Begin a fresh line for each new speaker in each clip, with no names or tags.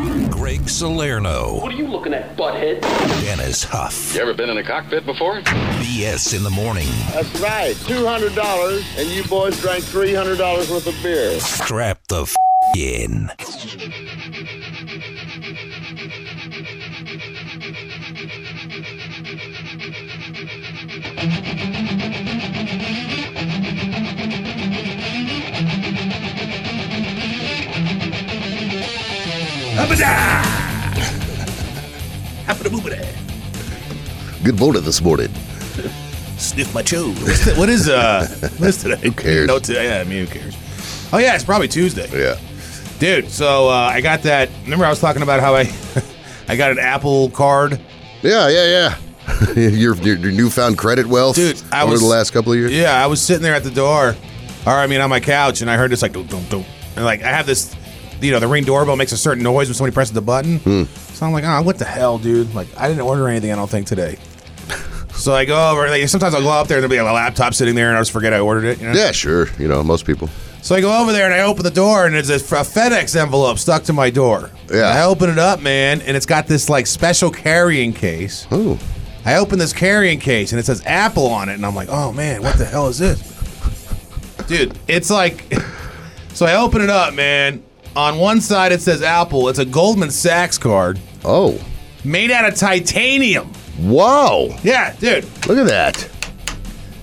Mike Salerno,
What are you looking at, butthead?
Dennis Huff.
You ever been in a cockpit before?
BS in the morning.
That's right. $200, and you boys drank $300 worth of beer.
Strap the f- in.
Good voter this morning.
Sniff my toes. what is uh? What is today? Who
cares?
No, today. Yeah, I mean, who cares? Oh yeah, it's probably Tuesday.
Yeah.
Dude, so uh, I got that. Remember, I was talking about how I, I got an Apple card.
Yeah, yeah, yeah. your, your your newfound credit wealth
Dude, I
over
was-
the last couple of years.
Yeah, I was sitting there at the door, or I mean, on my couch, and I heard this like, dum, dum, dum. and like I have this, you know, the ring doorbell makes a certain noise when somebody presses the button. So I'm like, ah, what the hell, dude? Like, I didn't order anything. I don't think today. so I go over. Like, sometimes I'll go up there and there'll be like, a laptop sitting there, and I just forget I ordered it. You know?
Yeah, sure. You know, most people.
So I go over there and I open the door, and there's a a FedEx envelope stuck to my door.
Yeah.
I open it up, man, and it's got this like special carrying case.
Oh,
I open this carrying case and it says Apple on it, and I'm like, oh man, what the hell is this? Dude, it's like. So I open it up, man. On one side it says Apple. It's a Goldman Sachs card
oh,
made out of titanium.
wow!
Yeah, dude,
Look at that.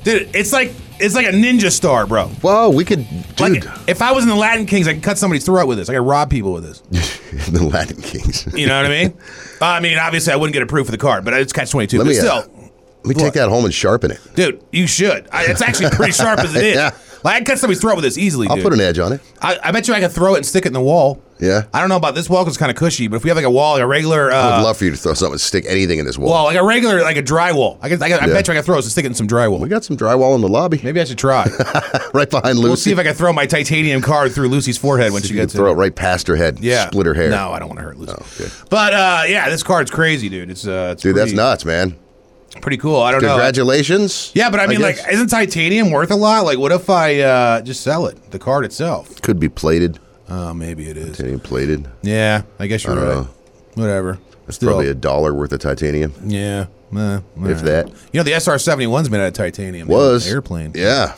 dude, it's like it's like a ninja star, bro.
Wow, we could, dude.
Like if I was in the Latin Kings, I could cut somebody's throat with this. I could rob people with this.
the Latin Kings.
You know what I mean? I mean, obviously I wouldn't get approved for the card, but it's catch twenty two.
Let
But
me, uh,
still,
Let me take that home and sharpen it.
dude, you should. I, it's actually pretty sharp as it is.
Yeah.
Like I could cut somebody's throat with this easily.
I'll
dude.
put an edge on it.
I, I bet you I could throw it and stick it in the wall.
Yeah.
I don't know about this wall 'cause it's kind of cushy, but if we have like a wall, like a regular
I'd
uh,
love for you to throw something, stick anything in this wall.
wall, like a regular, like a drywall. I, could, I, could, I
Yeah.
bet you I could throw it and stick it in some
we
drywall.
got some drywall in the lobby,
Maybe I should try.
right behind Lucy.
we'll see if I can throw my titanium card through Lucy's forehead when she
you can
gets
throw it
it.
right past her head.
Yeah.
Split her hair. Oh,
No, I don't want to hurt Lucy.
okay.
But uh, yeah, this card's crazy, dude. It's, uh, it's
Dude,
pretty,
that's nuts, man.
pretty cool. I don't know.
Congratulations.
Yeah, but I mean, like,
guess.
isn't titanium worth a lot? Like, what if I uh, just sell it, the card itself?
could be plated.
Oh, maybe it is.
Titanium plated.
Yeah, I guess you're
I don't
right.
know.
Whatever.
That's probably a dollar worth of titanium.
Yeah. eh,
If
alright.
that.
You know, the SR 71's made out of titanium. man.
Was
Airplane.
Yeah.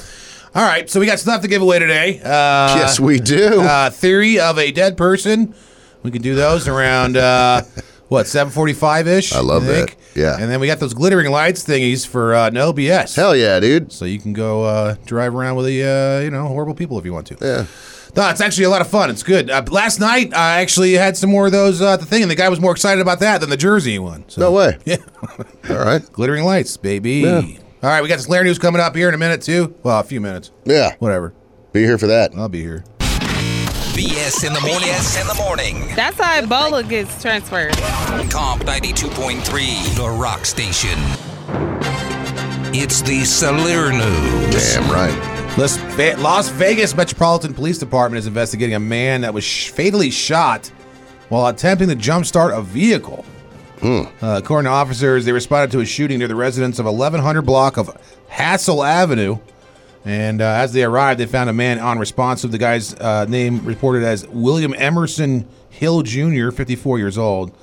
All right. So we got stuff to give away today. Uh,
yes, we do.
Uh, theory of a dead person. We can do those around, uh, what, 745 ish?
I love that. Yeah.
And then we got those glittering lights thingies for uh, no BS.
Hell yeah, dude.
So you can go uh, drive around with the, uh, you know, horrible people if you want to.
Yeah.
No, it's actually a lot of fun. It's good. Uh, last night, I actually had some more of those uh, at the thing, and the guy was more excited about that than the jersey one. So.
No way.
Yeah.
All right.
Glittering lights, baby.
Yeah.
All right, we got some Larry news coming up here in a minute too. Well, a few minutes.
Yeah.
Whatever.
Be here for that.
I'll be here.
BS in the morning. BS in the morning.
That's how Ebola gets transferred.
Comp 92.3, the rock station. It's the Salerno.
Damn right.
Las, Ve- Las Vegas Metropolitan Police Department is investigating a man that was sh- fatally shot while attempting to jumpstart a vehicle. Uh, according to officers, they responded to a shooting near the residence of 1100 block of Hassel Avenue. And uh, as they arrived, they found a man unresponsive. The guy's uh, name reported as William Emerson Hill Jr., 54 years old.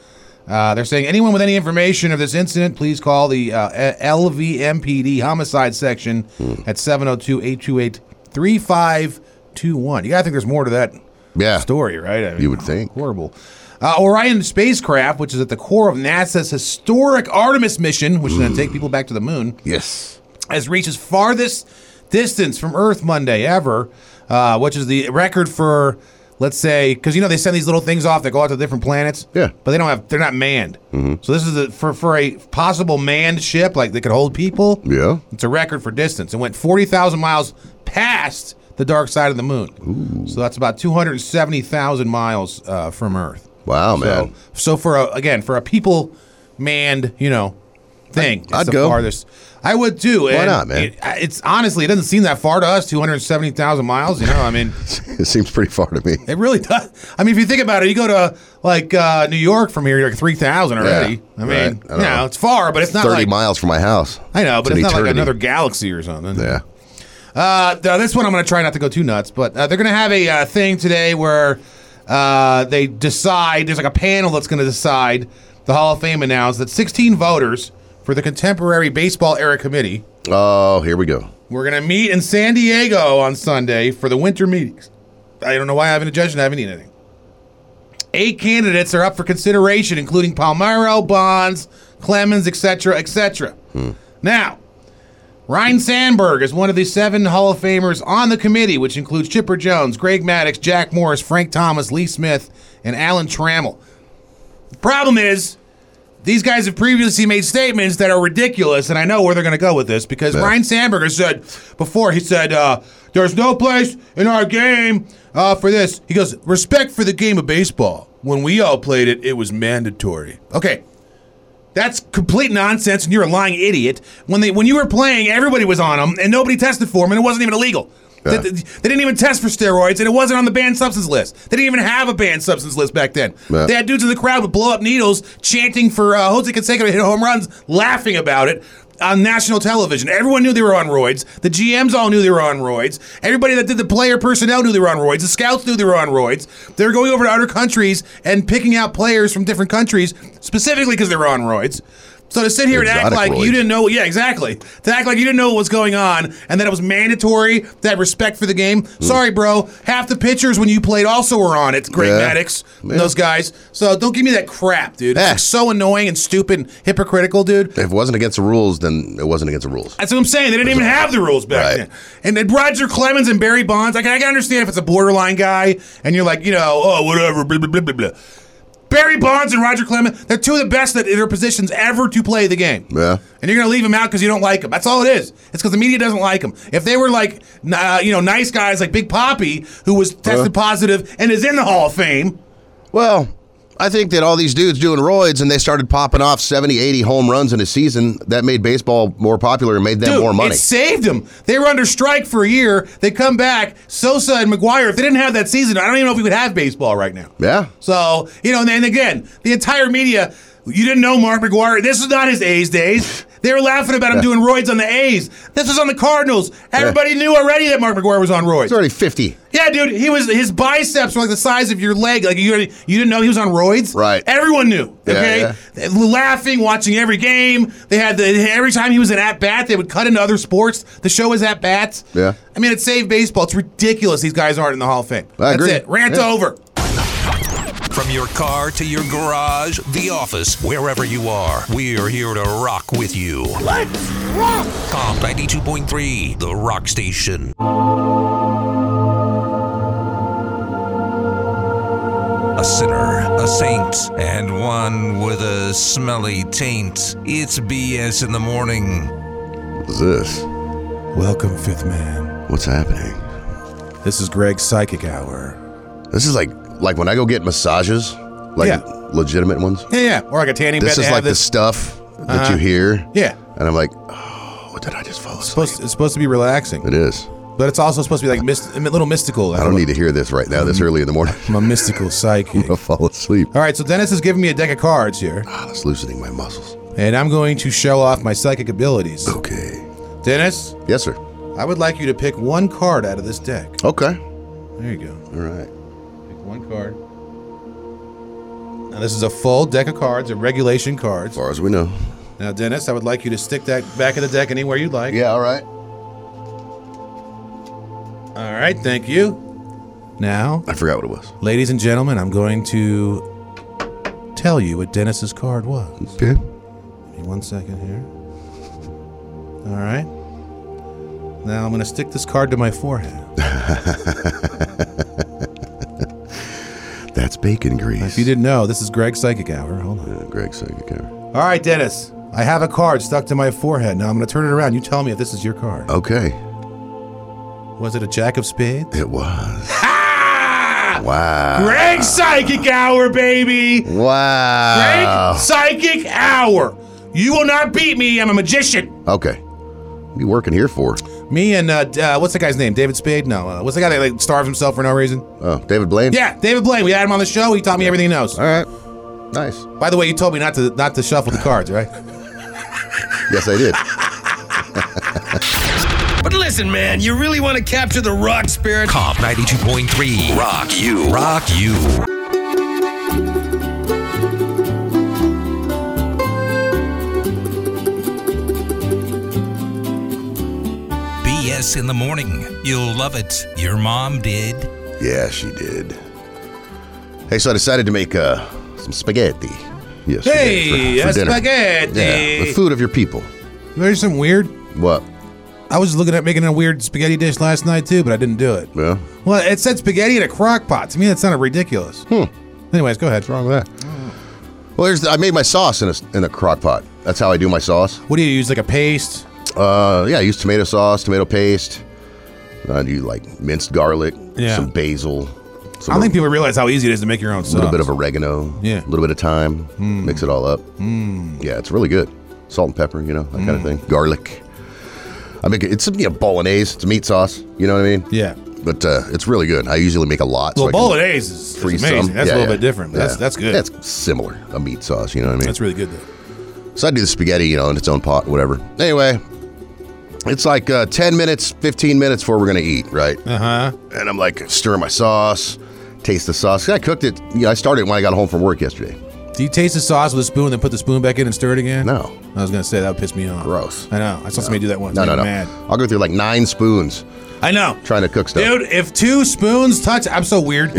Uh, they're saying anyone with any information of this incident, please call the uh, L- LVMPD homicide section
Hmm.
at 702 828 3521. You got to think there's more to that
Yeah.
story, right? I mean,
You would think.
Horrible. Uh, Orion spacecraft, which is at the core of NASA's historic Artemis mission, which is
Hmm.
going to take people back to the moon,
Yes.
has reached its farthest distance from Earth Monday ever, uh, which is the record for, let's say, because you know they send these little things off that go out to different planets.
Yeah.
but they don't have, they're not manned. So this is a, for for a possible manned ship, like they could hold people.
Yeah.
It's a record for distance. It went 40,000 miles past the dark side of the moon. So that's about 270,000 miles uh, from Earth.
Wow,
So,
man.
so for a, again, for a people manned, you know, thing, it's
I'd
the
go.
farthest. I would too. Why
not, man?
it's honestly, it doesn't seem that far to us, 270,000 miles. You know, I mean,
it seems pretty far to me.
it really does. I mean, if you think about it, you go to like uh, New York from here, you're like 3,000 already. I mean,
right. I
you know,
know.
it's far, but it's not
30
like,
miles from my house.
I know, but
an
it's, not like
eternity.
another galaxy or something.
Yeah.
Uh, th- this one I'm going to try not to go too nuts, but uh, they're going to have a uh, thing today where Uh, they decide, there's like a panel that's going to decide. The Hall of Fame announced that 16 voters for the Contemporary Baseball Era Committee
Oh, here we go.
we're going to meet in San Diego on Sunday for the winter meetings. I don't know why I haven't judged and I haven't eaten anything. Eight candidates are up for consideration, including Palmiro, Bonds, Clemens, etc., etc. Now, Ryan Sandberg is one of the seven Hall of Famers on the committee, which includes Chipper Jones, Greg Maddox, Jack Morris, Frank Thomas, Lee Smith, and Alan Trammell. The problem is, these guys have previously made statements that are ridiculous, and I know where they're going to go with this because Ryan Sandberger said before, he said, uh, There's no place in our game uh, for this. He goes, Respect for the game of baseball. When we all played it, it was mandatory. Okay. That's complete nonsense, and you're a lying idiot. When they when you were playing, everybody was on them, and nobody tested for them, and it wasn't even illegal. They,
Yeah.
they- they didn't even test for steroids, and it wasn't on the banned substance list. They didn't even have a banned substance list back then.
Yeah.
They had dudes in the crowd with blow up needles chanting for uh, Jose Canseco to hit home runs, laughing about it on national television. Everyone knew they were on roids. The GMs all knew they were on roids. Everybody that did the player personnel knew they were on roids. The scouts knew they were on roids. They were going over to other countries and picking out players from different countries specifically because they were on roids. So to sit here and act
Exotic
like
roids.
you didn't know, yeah, exactly. To act like you didn't know what was going on and that it was mandatory, that respect for the game.
Mm.
Sorry, bro. Half the pitchers when you played also were on it. Greg
Yeah.
Maddox,
Yeah.
those guys. So don't give me that crap, dude. It's
Yeah.
like so annoying and stupid, and hypocritical, dude.
If it wasn't against the rules, then it wasn't against the rules.
That's what I'm saying. They didn't even have the rules back
Right.
then. And then Roger Clemens and Barry Bonds. I can, I can understand if it's a borderline guy and you're like, you know, oh, whatever, blah, blah, blah, blah, blah. Barry Bonds and Roger Clemens, they're two of the best at their positions ever to play the game.
Yeah.
And you're going to leave them out because you don't like them. That's all it is. It's because the media doesn't like them. If they were like, n- uh, you know, nice guys like Big Poppy, who was tested
Uh-huh.
positive and is in the Hall of Fame,
Well, I think that all these dudes doing roids and they started popping off 70, 80 home runs in a season that made baseball more popular and made them
Dude,
more money.
It saved them. They were under strike for a year. They come back. Sosa and McGuire. If they didn't have that season, I don't even know if we would have baseball right now.
Yeah.
So you know, and then again, the entire media. You didn't know Mark McGuire. This is not his A's days. They were laughing about him doing roids on the A's. This was on the Cardinals. Everybody knew already that Mark McGuire was on
It's
roids.
already 50.
Yeah, dude, he was his biceps were like the size of your leg. Like you, already- you didn't know he was on roids.
Right.
Everyone knew.
Yeah,
Okay.
yeah.
They were Laughing, watching every game. They had the every time he was an at bat, they would cut into other sports. The show was at bats.
Yeah.
I mean, it saved baseball. It's ridiculous. These guys aren't in the Hall of Fame.
I
That's
agree.
it. Rant
Yeah.
over.
From your car to your garage, the office, wherever you are, we're here to rock with you. Let's rock! Comp 92.3, the rock station. A sinner, a saint, and one with a smelly taint. It's BS in the morning.
What's this?
Welcome, Fifth Man.
What's happening?
This is Greg's Psychic Hour.
This is like like when I go get massages, like
Yeah.
legitimate ones.
Yeah, yeah. Or like a tanning
This is
bed. they have
like the
this.
stuff that you hear.
Yeah.
And I'm like, oh, did I just fall asleep?
Supposed, it's supposed to be relaxing,
It is.
but it's also supposed to be like myst- a little mystical.
I don't need to hear this right now, this
Mm-hmm.
early in the morning.
I'm a mystical psychic.
I'll fall asleep.
All right, so Dennis has given me a deck of cards here,
Ah, it's loosening my muscles.
and I'm going to show off my psychic abilities.
Okay.
Dennis,
Yes, sir.
I would like you to pick one card out of this deck.
Okay.
There you go.
All right.
Pick one card. Now, this is a full deck of cards, a regulation cards.
far as we know.
Now, Dennis, I would like you to stick that back of the deck anywhere you'd like.
Yeah, all right.
All right, thank you. Now,
I forgot what it was.
ladies and gentlemen, I'm going to tell you what Dennis's card was.
Okay.
Give me One second here. All right. Now I'm going to stick this card to my forehead.
That's bacon grease.
If you didn't know, this is Greg's Psychic Hour. Hold on.
Uh, Greg Psychic Hour.
All right, Dennis. I have a card stuck to my forehead. Now I'm going to turn it around. You tell me if this is your card.
Okay.
Was it a Jack of Spades?
It was. Wow.
Greg's Psychic Hour, baby! Greg
Wow.
Psychic Hour! You will not beat me. I'm a magician.
Okay. What are you working here for?
Me and, uh, d- uh what's the guy's name? David Spade? No. Uh, what's the guy that, like, starves himself for no reason?
Oh, David Blaine?
Yeah, David Blaine. We had him on the show. He taught me everything he knows.
All right. Nice.
By the way, you told me not to not to shuffle the cards, right?
Yes, I did.
But listen, man, you really want to capture the rock spirit?
Comp 92.3. Rock you. Rock you. BS in the morning. You'll love it. Your mom did.
Yeah, she did. Hey, so I decided to make uh, some spaghetti. Yes.
Hey, a spaghetti.
Yeah, the food of your people.
There's some weird.
What?
I was looking at making a weird spaghetti dish last night too, but I didn't do it.
Well,
Well, it said spaghetti in a crock pot. To me, that sounded ridiculous. Hmm. Anyways, go ahead. What's wrong with that?
well, here's the, I made my sauce in a in a crock pot. That's how I do my sauce.
What do you use? Like a paste?
Uh, yeah, I use tomato sauce, tomato paste. I do like minced garlic,
Yeah.
some basil.
I
Some
don't think people realize how easy it is to make your own sauce.
a little bit of oregano,
Yeah. Hmm.
a little bit of thyme, mix it all up. Yeah, it's really good. Salt and pepper, you know, that kind
Hmm.
of thing. Garlic. I make it, it's you know, bolognese. It's a meat sauce. You know what I mean?
Yeah.
But uh, it's really good. I usually make a lot. so
Well,
I can
bolognese is, is
freeze
amazing.
some.
That's
Yeah,
a little
yeah.
bit different. but That's
Yeah.
that's good. That's,
That's similar, a meat sauce. You know what I mean?
really good though.
So I do the spaghetti, you know, in its own pot, whatever. Anyway, it's like uh, 10 minutes, 15 minutes before we're going to eat, right?
Uh huh.
And I'm like, stir my sauce, taste the sauce. I cooked it, you know, I started when I got home from work yesterday.
Do you taste the sauce with a spoon, then put the spoon back in and stir it again?
No.
I was gonna say that would piss me off.
Gross.
I know. I saw somebody do that once.
No,
Made
no,
me
no.
Mad.
I'll go through like nine spoons
I know.
trying to cook stuff.
Dude, if two spoons touch, I'm so weird.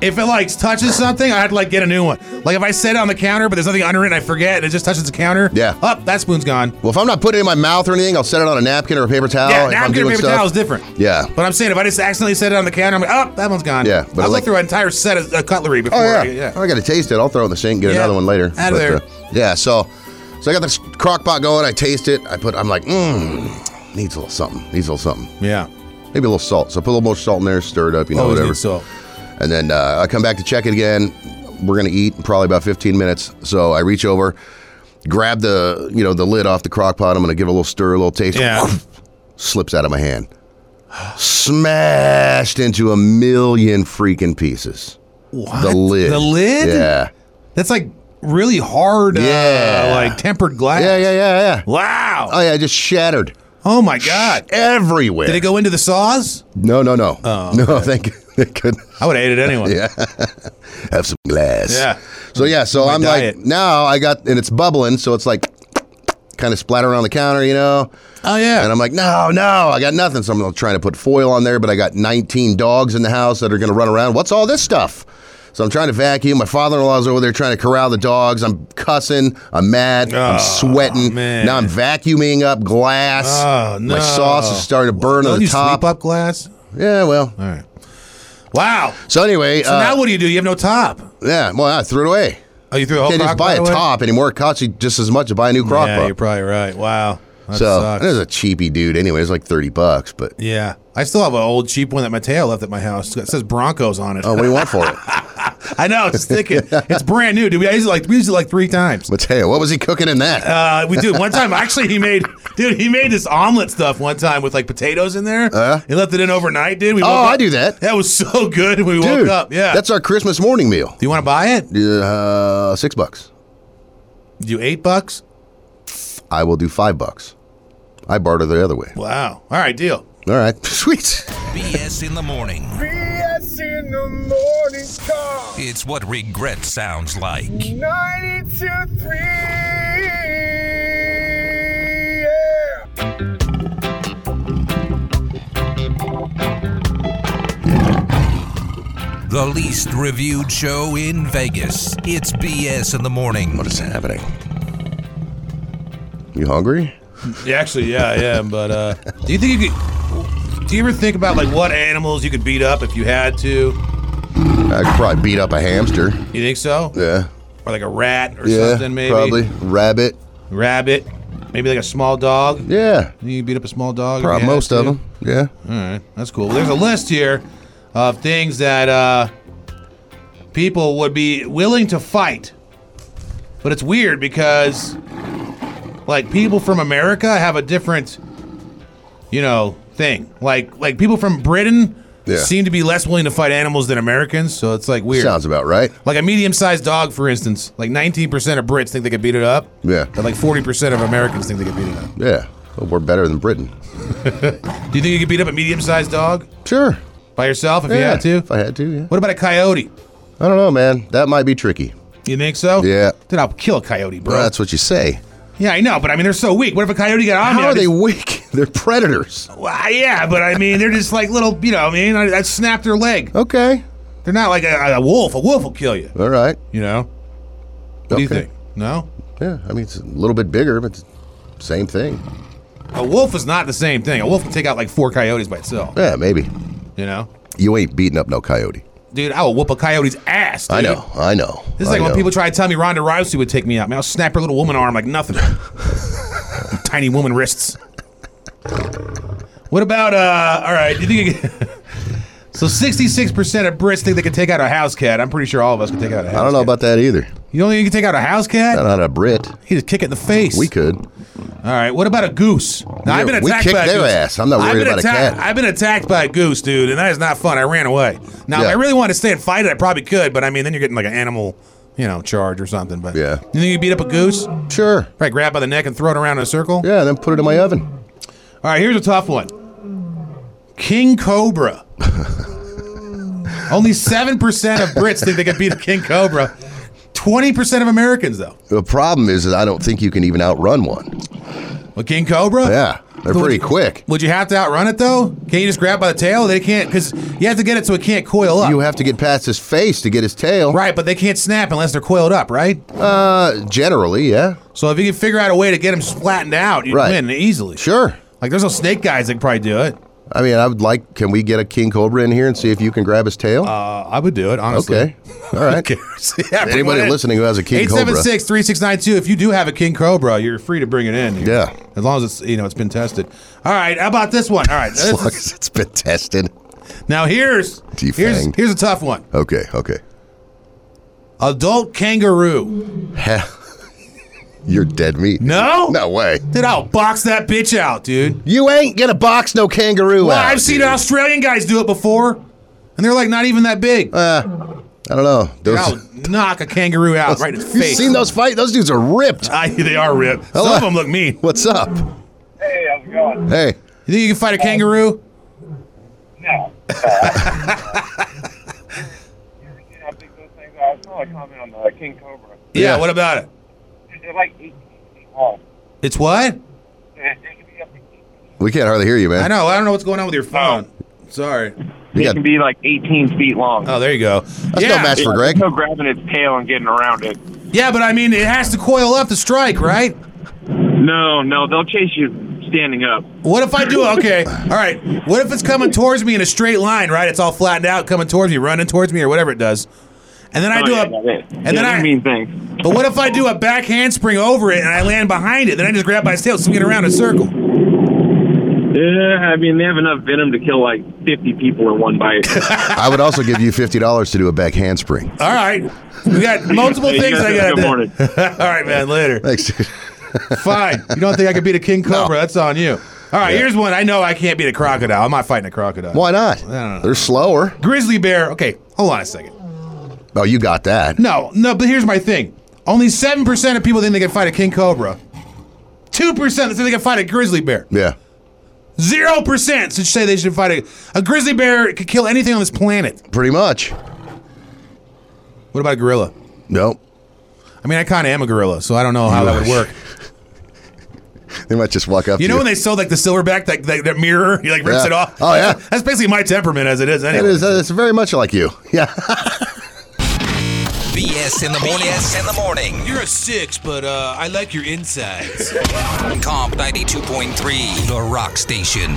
If it like touches something, I had to like get a new one. Like if I set it on the counter, but there's nothing under it, and I forget, and it just touches the counter.
Yeah.
Up, that spoon's gone.
Well, if I'm not putting it in my mouth or anything, I'll set it on a napkin or a paper towel.
yeah,
Oh, if I'm
napkin and
doing
paper
stuff.
towel is different.
Yeah.
But I'm saying if I just accidentally set it on the counter, I'm like, oh, that one's gone.
Yeah, but I
I'll
like-
go through an entire set of uh, cutlery before.
Oh yeah.
I, yeah.
I got to taste it. I'll throw it in the sink, and get
Yeah.
another one later. uh,
Outta there.
yeah. So, so I got this crock pot going. I taste it. I put. I'm like, mmm, needs a little something. Needs a little something.
Yeah.
Maybe a little salt. So I put a little more salt in there, stir it up. You know,
Always
whatever.
Oh, need salt.
And then uh, I come back to check it again. We're gonna eat in probably about 15 minutes. So I reach over, grab the you know the lid off the crock pot. I'm gonna give it a little stir, a little taste.
Yeah.
Slips out of my hand. Smashed into a million freaking pieces.
What?
The lid.
The lid?
Yeah.
That's like really hard.
Yeah.
Uh, like tempered glass.
Yeah, yeah, yeah, yeah.
Wow.
Oh yeah, just shattered
oh my God.
everywhere.
Did it go Oh, into the sauce?
no, no, no. no, thank thank goodness.
I would have ate it anyway.
Yeah. Have some glass.
Yeah.
So yeah, so I'm
diet.
like now I got and it's bubbling, so it's like kind of splatter on the counter, you know.
Oh yeah.
And I'm like, no, no, I got nothing. So I'm trying to put foil on there, but I got 19 dogs in the house that are going to run around. What's all this stuff? So I'm trying to vacuum. My father-in-law's over there trying to corral the dogs. I'm cussing. I'm mad. I'm sweating.
Ah, man.
Now I'm vacuuming up glass.
Oh,
My
no.
sauce is starting to burn
Don't
on the
you
top.
sweep up glass?
Yeah, well.
All right. Wow.
So anyway,
So
uh,
now what do you do? You have no top.
yeah, well, I threw it away.
Oh, you threw a whole
Can't just
crock pot
buy a
away?
top anymore. It costs you just as much to buy a new crock
yeah,
pot.
you're probably right. Wow. That
so
sucks.
it was a cheapy dude. Anyway, it's like 30 bucks, but
yeah. I still have an old cheap one that Mateo left at my house. It says Broncos on it.
oh, what do you want for it?
I know it's sticking. it's brand new, dude. We I used it like we used it like three times.
Mateo, what was he cooking in that?
Uh, we do one time. Actually, he made dude. He made this omelet stuff one time with like potatoes in there.
Uh-huh.
he left it in overnight, dude. We
Oh,
woke up-
I do that.
That was so good. when We
Dude,
woke up. Yeah.
that's our Christmas morning meal.
do you want to buy it?
Uh, six bucks.
Do eight bucks?
I will do five bucks. I barter the other way.
Wow. All right, deal.
All right, sweet.
BS in the morning. BS in the morning. It's what regret sounds like. The least reviewed show in Vegas. It's BS in the morning.
What is happening? You hungry?
Yeah, actually, yeah, I am. But uh, do you think you could? Do you ever think about like what animals you could beat up if you had to?
I could probably beat up a hamster.
You think so?
Yeah.
Or like a rat or
Yeah.
something? Maybe
Probably rabbit.
rabbit. Maybe like a small dog.
Yeah.
You can beat up a small dog. if you
Probably
had
most of
to.
them. Yeah.
All right, that's cool. There's a list here of things that uh, people would be willing to fight, but it's weird because, like, people from America have a different, you know, thing. Like, like people from Britain
Yeah.
seem to be less willing to fight animals than Americans, so it's like weird.
Sounds about right.
like a medium-sized dog, for instance, like 19% of Brits think they could beat it up.
Yeah.
But like 40% of Americans think they could beat it up.
Yeah. Well, we're better than Britain.
Do you think you could beat up a medium-sized dog
Sure.
by yourself if you had to?
If I had to, yeah.
What about a coyote?
I don't know, man. That might be tricky.
You think so?
Yeah.
Then I'll kill a coyote, bro.
Well, that's what you say.
yeah, I know, but I mean they're so weak. What if a coyote got on me?
How
I'd
are they
just-
weak? They're predators.
Well, yeah, but I mean they're just like little, you know. I mean I, I snapped their leg.
Okay.
They're not like a, a wolf. A wolf will kill you.
All right.
You know. What do you
Okay.
think? No.
Yeah. I mean, it's a little bit bigger, but it's same thing.
A wolf is not the same thing. A wolf can take out like four coyotes by itself.
Yeah, maybe.
You know,
You ain't beating up no coyote.
dude, I will whoop a coyote's ass. Dude.
I know. I know.
This is
I
like when
know.
people try to tell me Ronda Rousey would take me out. Man, I'll snap her little woman arm like nothing. Tiny woman wrists. What about uh? All right, you think? You could- so sixty-six percent of Brits think they can take out a house cat. I'm pretty sure all of us can take out a house.
I don't know
cat.
about that either.
You don't think you can take out a house
I'm
cat?
not a Brit.
He just kick it in the face.
We could.
All right. What about a goose? Now, I've been
we
attacked
kicked
by a
their
goose.
ass. I'm not
I've
worried
been
about a
attacked-
cat.
I've been attacked by a goose, dude, and that is not fun. I ran away. Now, if
Yeah.
I really wanted to stay and fight it, I probably could, but I mean, then you're getting like an animal, you know, charge or something. But
Yeah.
you think you beat up a goose?
Sure.
Right, grab by the neck and throw it around in a circle.
Yeah, then put it in my oven.
All right, here's a tough one. King Cobra. Only seven percent of Brits think they can beat a King Cobra. Twenty percent of Americans, though.
The problem is that I don't think you can even outrun one.
A King Cobra?
Yeah, they're
Would
pretty
you-
quick.
Would you have to outrun it though? Can't you just grab by the tail? They can't because you have to get it so it can't coil up.
You have to get past his face to get his tail.
right, but they can't snap unless they're coiled up, right?
Uh, generally, yeah.
So if you can figure out a way to get them flattened out, you
Right.
win easily.
Sure.
Like there's no snake guys that can probably do it.
I mean, I would like. Can we get a king cobra in here and see if you can grab his tail?
Uh, I would do it honestly.
okay. All right.
yeah, bring
Anybody
one in.
listening who has a king cobra,
876-3692. If you do have a king cobra, you're free to bring it in. here.
Yeah.
as long as it's you know it's been tested. All right, how about this one? All right,
as
this
long
is-
as it's been tested.
now here's here's
Defanged.
here's a tough one.
Okay. Okay.
Adult kangaroo.
Hell, You're dead meat.
No,
No way.
Dude, I'll box that bitch out, dude.
You ain't gonna box no kangaroo
Well,
out.
I've seen
dude.
Australian guys do it before, and they're like not even that big.
I don't know.
Dude,
Those,
I'll knock a kangaroo out right in its
you
face.
seen those fight? Those dudes are ripped.
I, they are ripped. Some
Hello.
of them look mean.
What's up?
Hey, how's it going?
Hey.
You think you can fight a kangaroo?
No. Uh, you ever seen how big those things are? I saw a comment on the King Cobra.
Yeah.
Yeah.
What about it?
They're like 18 feet long.
It's what?
They they can be up to 18
We can't hardly hear you, man.
I know. I don't know what's going on with your phone. Sorry.
You
They
got-
can be like 18 feet long.
Oh, there you go.
that's
yeah.
no match for
There's
Greg.
no grabbing its tail and getting around it.
yeah, but I mean, it has to coil up to strike, right?
No, no, they'll chase you standing up.
What if I do? Okay. All right. What if it's coming towards me in a straight line, right? It's all flattened out, coming towards me, running towards me, or whatever it does. And then I
Oh,
do
yeah,
a.
yeah,
and
yeah,
then
they
I.
mean things.
But what if I do a back handspring over it and I land behind it? Then I just grab by its tail, swing it around in a circle.
Yeah, I mean, they have enough venom to kill like 50 people in one bite.
I would also give you fifty dollars to do a back handspring.
All right. We got multiple
Hey, you
things
guys
I
have
got to
a good
do.
morning.
All right, man. Later.
Thanks. dude.
Fine. You don't think I could beat a king cobra? That's on you. All right. Here's one. I know I can't beat a crocodile. I'm not fighting a crocodile.
Why not?
don't know.
They're slower.
Grizzly bear. Okay. Hold on a second.
Oh, you got that.
No, no. But here's my thing. Only seven percent of people think they can fight a king cobra. Two percent think they can fight a grizzly bear.
Yeah.
Zero percent should say they should fight a a grizzly bear. Could kill anything on this planet.
Pretty much.
What about a gorilla?
Nope.
I mean, I kind of am a gorilla, so I don't know how that would work.
They might just walk up.
You
to
know when they sold like the silverback, like that, that mirror, he like rips
Yeah.
it off.
Oh, yeah.
that's basically my temperament as it is.
It
Anyway.
is. It's very much like you. Yeah.
BS in the morning. BS in the morning.
You're a six, but uh, I like your insides.
Comp 92.3, The Rock Station.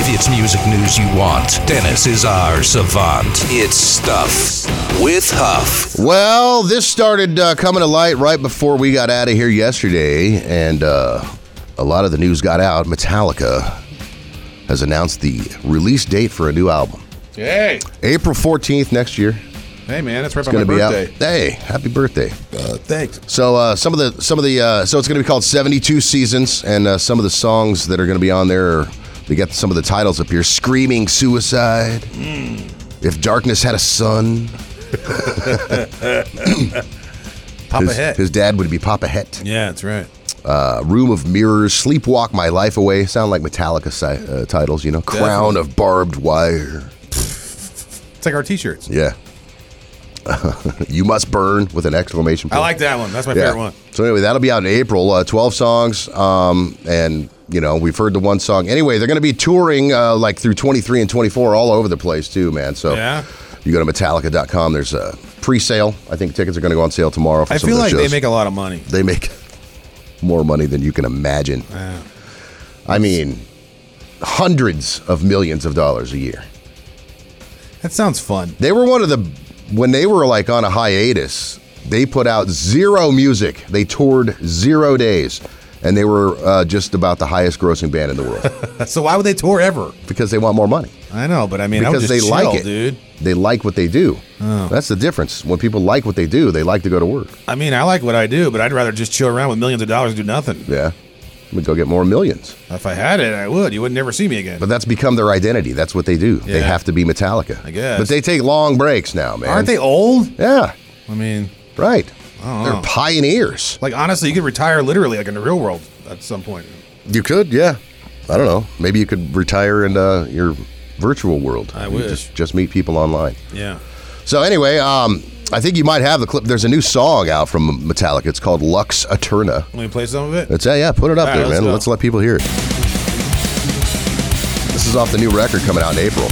If it's music news you want, Dennis is our savant. It's Stuff with Huff.
Well, this started uh, coming to light right before we got out of here yesterday, and uh, a lot of the news got out. Metallica has announced the release date for a new album,
hey,
April fourteenth next year.
hey man, that's right by
It's going to
my
be out. Hey,
birthday.
happy birthday!
Uh, thanks.
So uh, some of the some of the uh, so it's going to be called 72 seasons, and uh, some of the songs that are going to be on there. Are, we got some of the titles up here: "Screaming Suicide,"
Hmm.
"If Darkness Had a Son,"
Pop a
his,
hit.
his dad would be Papa Het.
yeah, that's right.
Uh, Room of Mirrors, Sleepwalk My Life Away. Sound like Metallica si- uh, titles, you know? Crown of Barbed Wire.
It's like our T-shirts.
Yeah. you must burn with an exclamation
I
point.
like that one. That's my
Yeah.
favorite one.
So anyway, that'll be out in April. Uh, Twelve songs, um, and you know we've heard the one song. Anyway, they're going to be touring uh, like through 23 and 24 all over the place too, man. So
Yeah.
you go to Metallica.com. There's a pre-sale. I think tickets are going to go on sale tomorrow. For
I
some
feel
of their
like they
shows.
make a lot of money.
they make more money than you can imagine. I mean, hundreds of millions of dollars a year.
That sounds fun.
They were one of the when they were like on a hiatus. They put out zero music. They toured zero days, and they were uh, just about the highest-grossing band in the world
So why would they tour ever?
because they want more money.
I know, but I mean, I would
Because
just
they
chill,
like it,
dude. Oh.
They like what they do. That's the difference. When people like what they do, they like to go to work.
I mean, I like what I do, but I'd rather just chill around with millions of dollars and do nothing.
Yeah, we go get more millions.
If I had it, I would. You would never see me again.
But that's become their identity. That's what they do. They
Yeah.
have to be Metallica.
I guess.
But they take long breaks now, man.
aren't they old?
Yeah.
I mean,
Right.
don't know.
They're pioneers.
like honestly, you could retire literally like in the real world at some point.
You could, yeah. I don't know. Maybe you could retire in uh, your virtual world.
I
You
wish.
Just, just meet people online.
Yeah.
So anyway, um, I think you might have the clip. There's a new song out from Metallica. It's called Lux Eterna.
Let me play some of it.
It's yeah, yeah. Put it up
All right,
there,
let's
man.
go.
Let's let people hear it. This is off the new record coming out in April.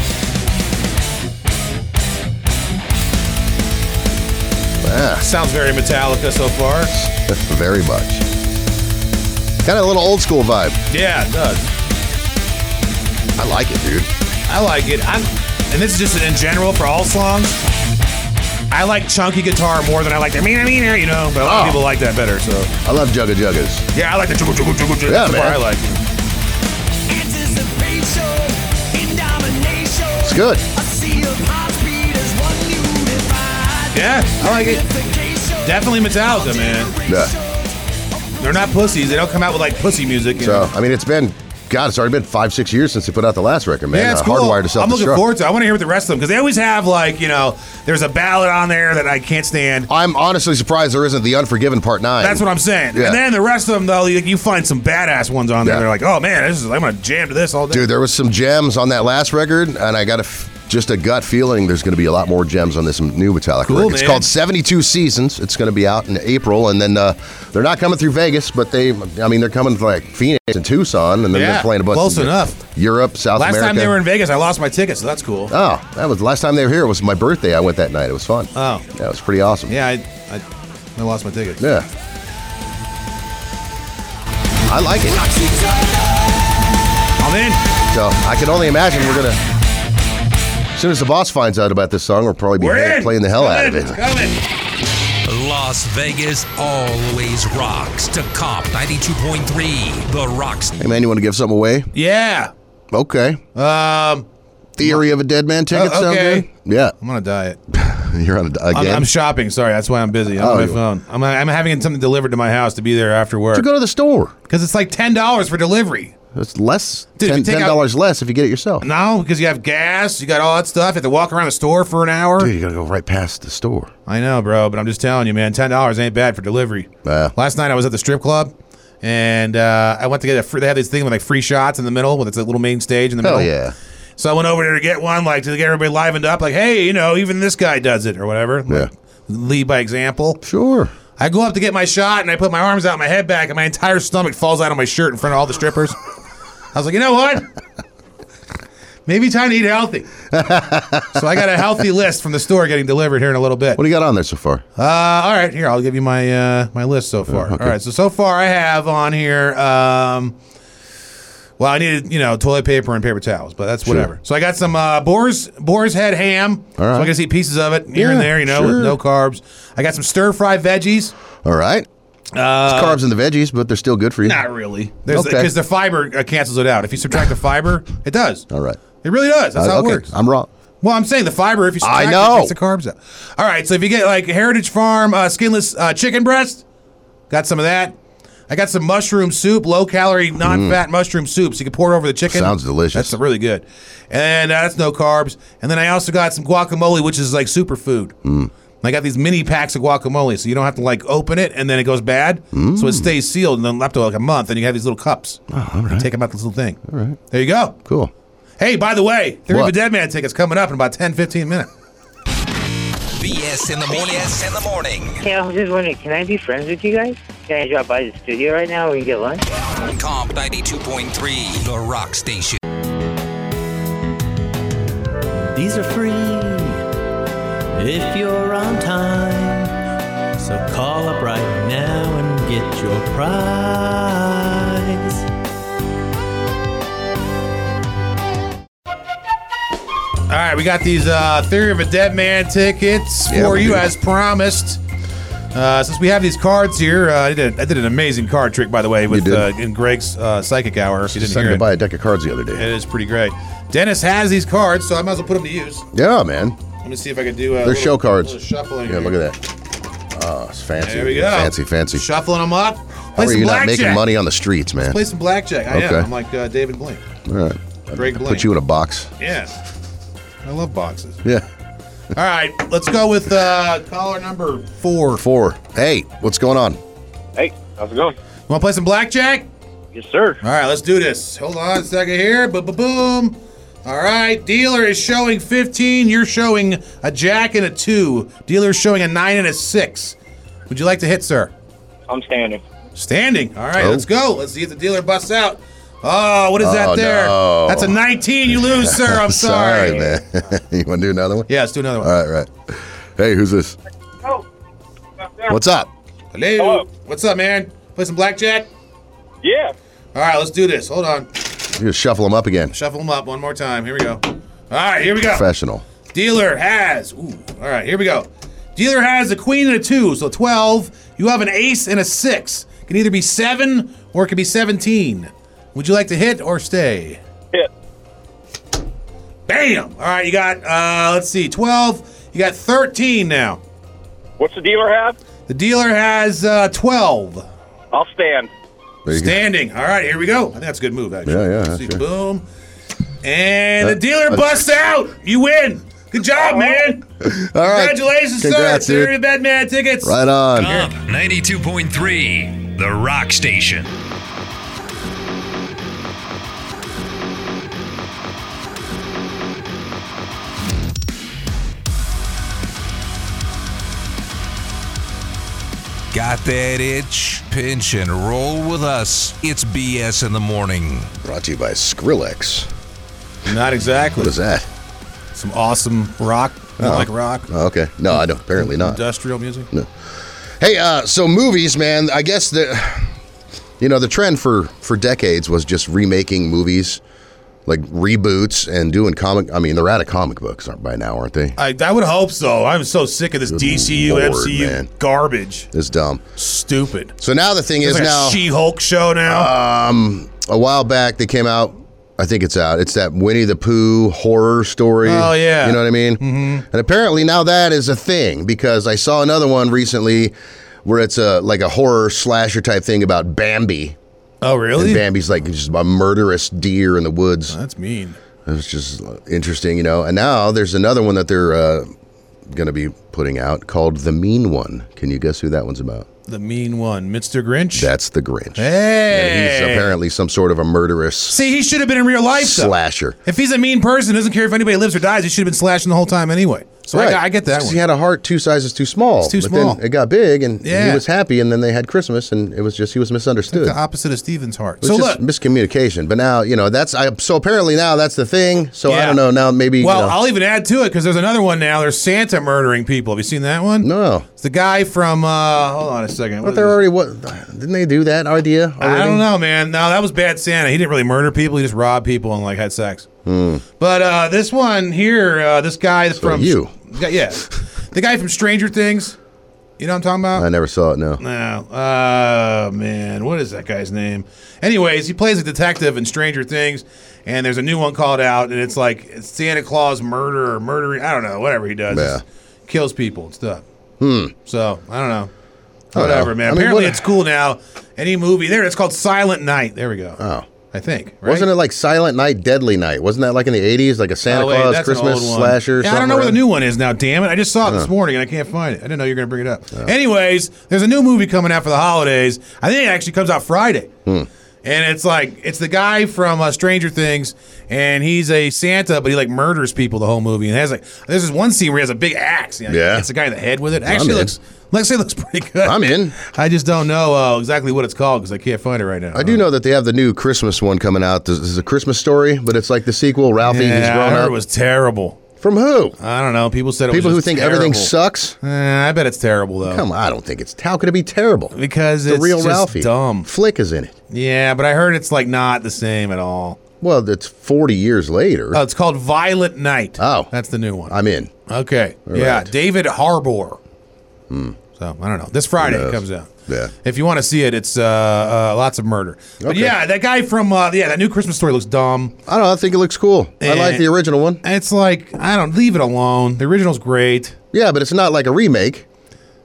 Ah,
Sounds very Metallica so far.
very much. Kind of a little old school vibe.
Yeah, it does.
I like it, dude.
I like it. I'm, and this is just in general for all songs. I like chunky guitar more than I like the mean, mean, you know. But a lot
Oh.
of people like that better. So
I love Jugga Juggas.
yeah, I like the chugga chugga chugga chugga.
Yeah,
That's the
man.
part I like.
It's good.
Yeah, I like it. Definitely Metallica, man.
Yeah.
They're not pussies. They don't come out with like pussy music. And,
So I mean, it's been God, it's already been five, six years since they put out the last record, man.
yeah, it's
Uh,
cool.
Hardwired to self
I'm looking forward to. it. I want to hear what the rest of them because they always have like you know, there's a ballad on there that I can't stand.
I'm honestly surprised there isn't the Unforgiven Part Nine.
That's what I'm saying.
Yeah.
And then the rest of them though, you, you find some badass ones on there.
Yeah.
They're like, oh man, this is I'm gonna jam to this all day.
Dude, there was some gems on that last record, and I got a f- just a gut feeling there's going to be a lot more gems on this new Metallica
Cool,
record. It's
man.
called 72 Seasons. It's going to be out in April, and then uh, they're not coming through Vegas, but they, I mean, they're coming to like Phoenix and Tucson, and then
Yeah,
they're playing a bunch
close
in
enough.
Europe, South
Last
America.
time they were in Vegas, I lost my ticket, so that's cool.
Oh, that was last time they were here. It was my birthday. I went that night. It was fun.
Oh.
yeah, it was pretty awesome.
yeah, I, I, I lost my ticket.
Yeah. I like it.
I'm in.
So I can only imagine we're gonna. As soon as the boss finds out about this song, we'll probably be
We're
ha-
in.
playing the hell
Come
out of
in.
it.
Come in.
Las Vegas always rocks to Comp 92.3, The Rocks.
Hey man, you want to give something away?
Yeah.
Okay.
Um,
Theory of a Dead Man ticket
Oh,
sound
okay.
good? Yeah.
I'm on a diet.
You're on a,
I'm,
again.
I'm shopping. Sorry, that's why I'm busy. I'm
Oh,
on my
you-
phone. I'm, I'm having something delivered to my house to be there after
to
work
go to the store.
because it's like ten dollars for delivery.
It's less
Dude, if
ten
you take out-
dollars less if you get it yourself.
No, because you have gas, you got all that stuff. You have to walk around the store for an hour.
Dude, you gotta go right past the store.
I know, bro, but I'm just telling you, man. Ten dollars ain't bad for delivery.
Yeah.
Last night I was at the strip club, and uh, I went to get a. Free, they had this thing with like free shots in the middle, with it's a little main stage in the
Hell
middle.
yeah.
So I went over there to get one, like to get everybody livened up, like, hey, you know, even this guy does it or whatever.
Yeah.
Lead by example.
Sure.
I go up to get my shot and I put my arms out, my head back, and my entire stomach falls out of my shirt in front of all the strippers. I was like, you know what? Maybe time to eat healthy. so I got a healthy list from the store getting delivered here in a little bit.
What do you got on there so far?
Uh, all right, here I'll give you my uh, my list so far. All right, so so far I have on here. Um, well, I needed you know toilet paper and paper towels, but that's whatever. So I got some uh, boar's boar's head ham.
All right.
So I can see pieces of it here
Yeah,
and there, you know,
sure.
with no carbs. I got some stir fry veggies.
All right. Uh, it's carbs and the veggies, but they're still good for you.
Not really. Because
Okay.
the fiber uh, cancels it out. If you subtract the fiber, it does.
All right.
It really does. That's
Uh,
how
okay.
it works.
I'm wrong.
well, I'm saying the fiber, if you
I
subtract
know.
it, takes the carbs out. All right. So if you get like Heritage Farm uh, skinless uh, chicken breast, got some of that. I got some mushroom soup, low calorie, non fat mushroom soup. So you can pour it over the chicken.
Mm. Sounds delicious.
That's really good. And uh, that's no carbs. And then I also got some guacamole, which is like superfood. Mm. I got these mini packs of guacamole, so you don't have to like open it and then it goes bad. So it stays sealed and then after like a month, and you have these little cups. Mm. Oh, all right. You take them out this little thing. All right. There you go.
Cool.
Hey, by the way, Theory of a
What?
Dead Man tickets coming up in about 10, 15 minutes.
BS in the morning. BS in the morning.
Hey, I was just wondering, can I be friends with you guys? Can I drop by the studio right now? We can get lunch.
Comp 92.3, The Rock Station.
These are free if you're on time. So call up right now and get your prize.
All right, we got these uh, Theory of a Dead Man tickets
Yeah,
for
we
you
do.
as promised. Uh, since we have these cards here, uh, I, did a, I did an amazing card trick, by the way, with
did.
uh, in Greg's uh, psychic hour. If you
Just
didn't
decided
hear
to
it,
buy a deck of cards the other day.
it is pretty great. Dennis has these cards, so I might as well put them to use.
Yeah, man.
Let me see if I can do. Uh,
They're show cards.
Shuffling.
Yeah, look at that. Oh, it's fancy.
There we go.
Fancy, fancy.
Shuffling them up.
How
Play
are
some
you not
blackjack.
making money on the streets, man?
Play some blackjack. I am.
Okay.
I'm like uh, David Blaine.
All right.
Greg Blaine.
Put you in a box.
Yeah. I love boxes.
Yeah.
All right, let's go with uh, caller number four.
Four. Hey, what's going on?
Hey, how's it going?
Want to play some blackjack?
Yes, sir.
All right, let's do this. Hold on a second here. Boom, boom, boom. All right, dealer is showing 15. You're showing a jack and a two. Dealer's showing a nine and a six. Would you like to hit, sir?
I'm standing.
Standing. All right,
Oh.
let's go. Let's see if the dealer busts out. Oh, what is
Oh,
that there?
no.
That's a 19. You lose, sir. I'm sorry.
man. Uh, you want to do another one?
Yeah, let's do another one.
All right, right. Hey, who's this?
Oh,
What's up?
Hello.
Hello.
What's up, man? Play some blackjack?
Yeah.
All right, let's do this. Hold on.
You just shuffle them up again.
Shuffle them up one more time. Here we go. All right, here we go.
Professional.
Dealer has. Ooh, all right, here we go. Dealer has a queen and a two, so 12. You have an ace and a six. Can either be seven or it can be 17. Would you like to hit or stay?
Hit.
Bam! All right, you got, uh, let's see, 12. You got 13 now.
What's the dealer have?
The dealer has uh, 12.
I'll stand.
There you go.
Standing. All right, here we go. I think that's a good move, actually.
Yeah, yeah,
Let's see,
sure.
Boom. And the
Uh,
dealer
uh,
busts out. You win. Good job, man.
All right.
Congratulations,
Congrats,
sir. Theory
dude.
of Bad Man tickets.
Right on.
Comp 92.3, The Rock Station.
Got that itch? Pinch and roll with us. It's BS in the morning.
Brought to you by Skrillex.
Not exactly.
What is that?
Some awesome rock. You Like rock.
Oh, okay. No, I don't. Apparently not.
Industrial music.
Hey, uh, so movies, man. I guess the, you know, the trend for for decades was just remaking movies, like reboots and doing comic. I mean, they're out of comic books aren't by now, aren't they?
I, I would hope so. I'm so sick of this DCU,
Lord,
MCU
man.
garbage.
It's dumb.
Stupid.
So now the thing
It's
is
like
now
a She-Hulk show now.
um, a while back they came out. I think it's out. It's that Winnie the Pooh horror story.
Oh, yeah.
you know what I mean. Mm-hmm. And apparently now that is a thing because I saw another one recently where it's a like a horror slasher type thing about Bambi.
oh,
And
really?
Bambi's like just a murderous deer in the woods.
That's mean.
It was just uh, interesting, you know. And now there's another one that they're uh, going to be putting out called The Mean One. Can you guess who that one's about?
The mean one. Mr. Grinch.
That's the Grinch. And
hey.
he's apparently some sort of a murderous
See, he should have been in real life, though.
slasher.
If he's a mean person, doesn't care if anybody lives or dies, he should have been slashing the whole time anyway. So I, I get that
Because
one.
He had a heart two sizes too small.
It's too
but
small.
Then it got big, and
Yeah.
he was happy. And then they had Christmas, and it was just he was misunderstood.
the opposite of Steven's heart.
It was
So
just
look,
miscommunication. But now you know that's I. So apparently now that's the thing. So I
Yeah.
don't know. Now maybe.
well,
you know,
I'll even add to it because there's another one now. There's Santa murdering people. Have you seen that one?
no.
It's the guy from. Uh, hold on a second. What
But they're
is
already what? Didn't they do that idea?
this? I
already?
don't know, man. No, that was bad Santa. He didn't really murder people. He just robbed people and like had sex. But uh, this one here, uh, this guy from
you.
Yeah, yeah. the guy from Stranger Things. You know what I'm talking about?
I never saw it. No.
No. Oh, man. What is that guy's name? Anyways, he plays a detective in Stranger Things, and there's a new one called out, and it's like it's Santa Claus murder or murdering. I don't know. Whatever he does.
Yeah.
Kills people and stuff. Hmm. So, I don't know. Whatever,
know.
man.
Oh, I mean,
Apparently,
what-
it's cool now. Any movie. There, it's called Silent Night. There we go.
Oh.
I I think.
Wasn't it like Silent Night, Deadly Night? Wasn't that like in the '80s, like a Santa
Oh, wait,
Claus
that's an
Christmas
old one.
slasher?
Yeah, I don't know where the new one is now. Damn it! I just saw it this
Huh.
morning and I can't find it. I didn't know you were going to bring it up. Anyways, there's a new movie coming out for the holidays. I think it actually comes out Friday.
Hmm.
And it's like it's the guy from uh, Stranger Things, and he's a Santa, but he like murders people the whole movie. And has like there's this one scene where he has a big axe. you know,
Yeah.
it's the guy in the head with it.
I'm
Actually,
in.
looks looks it looks pretty good.
I'm in.
I just don't know uh, exactly what it's called because I can't find it right now.
I do know that they have the new Christmas one coming out. This this is a Christmas story, but it's like the sequel. Ralphie, he's
Yeah, I
grown
heard
up.
it was terrible.
From who?
I don't know. People said it
People
was
who
just
think everything
terrible.
sucks.
Eh, I bet it's terrible though.
Come on, I don't think it's. How could it be terrible?
Because
the
it's
real
just
Ralphie.
dumb.
Flick is in it.
Yeah, but I heard it's like not the same at all.
Well, it's 40 years later.
Oh, it's called Violet Night.
Oh.
that's the new one.
I'm in.
Okay.
All
yeah,
right. Hmm.
David Harbour. So I don't know. This Friday it comes out.
Yeah.
If you want to see it, it's uh, uh, lots of murder. But
Okay.
yeah, that guy from uh, yeah that new Christmas story looks dumb.
I don't know. I think it looks cool. I like
And-
the original one.
It's like I don't leave it alone. The original's great.
Yeah, but it's not like a remake.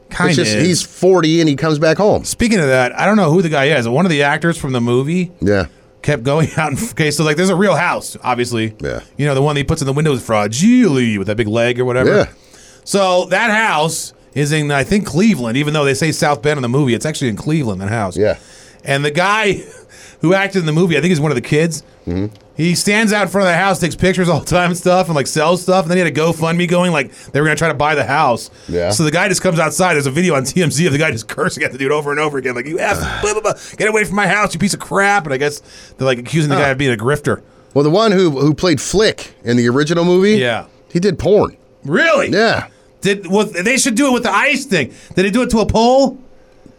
Kind
it's
of.
just he's 40 and he comes back home.
Speaking of that, I don't know who the guy is. One of the actors from the movie
Yeah.
kept going out. And, okay, so like there's a real house, obviously.
Yeah.
You know, the one that he puts in the windows for Geely with that big leg or whatever.
Yeah.
So that house is in, I think, Cleveland, even though they say South Bend in the movie. It's actually in Cleveland, that house.
Yeah.
And the guy who acted in the movie, I think he's one of the kids. Mm-hmm. He stands out in front of the house, takes pictures all the time and stuff, and like sells stuff. And then he had a GoFundMe going, like they were gonna try to buy the house.
Yeah.
So the guy just comes outside. There's a video on TMZ of the guy just cursing at the dude over and over again, like you f blah blah blah, get away from my house, you piece of crap. And I guess they're like accusing the guy of being a grifter.
Well, the one who who played Flick in the original movie,
Yeah.
he did porn.
Really?
Yeah.
Did well? They should do it with the ice thing. Did he do it to a pole?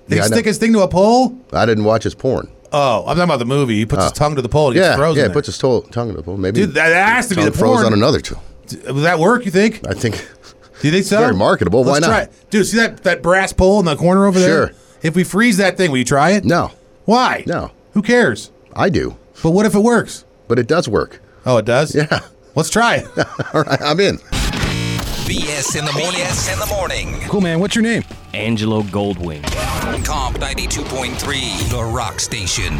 Did
Yeah, I
he
know.
stick his thing to a pole?
I didn't watch his porn.
Oh, I'm talking about the movie. He puts his tongue to the pole. And he
Uh. yeah,
gets frozen.
yeah, he
there.
puts his toe, tongue in the pool. Maybe
Dude, that- that has to be
tongue
the
froze
porn.
on another toe.
Would that work? You think?
I think
Do you think so?
very marketable. Why not?
Let's Try it. Dude, see that, that brass pole in the corner over there?
Sure.
If we freeze that thing, will you try it?
no,
Why?
No.
Who cares?
I do,
But what if it works?
but it does work.
Oh, it does?
Yeah,
Let's try it.
all right, I'm in.
BS in the morning. BS in the morning.
cool, man. What's your name?
Angelo Goldwing.
Comp 92.3, The Rock Station.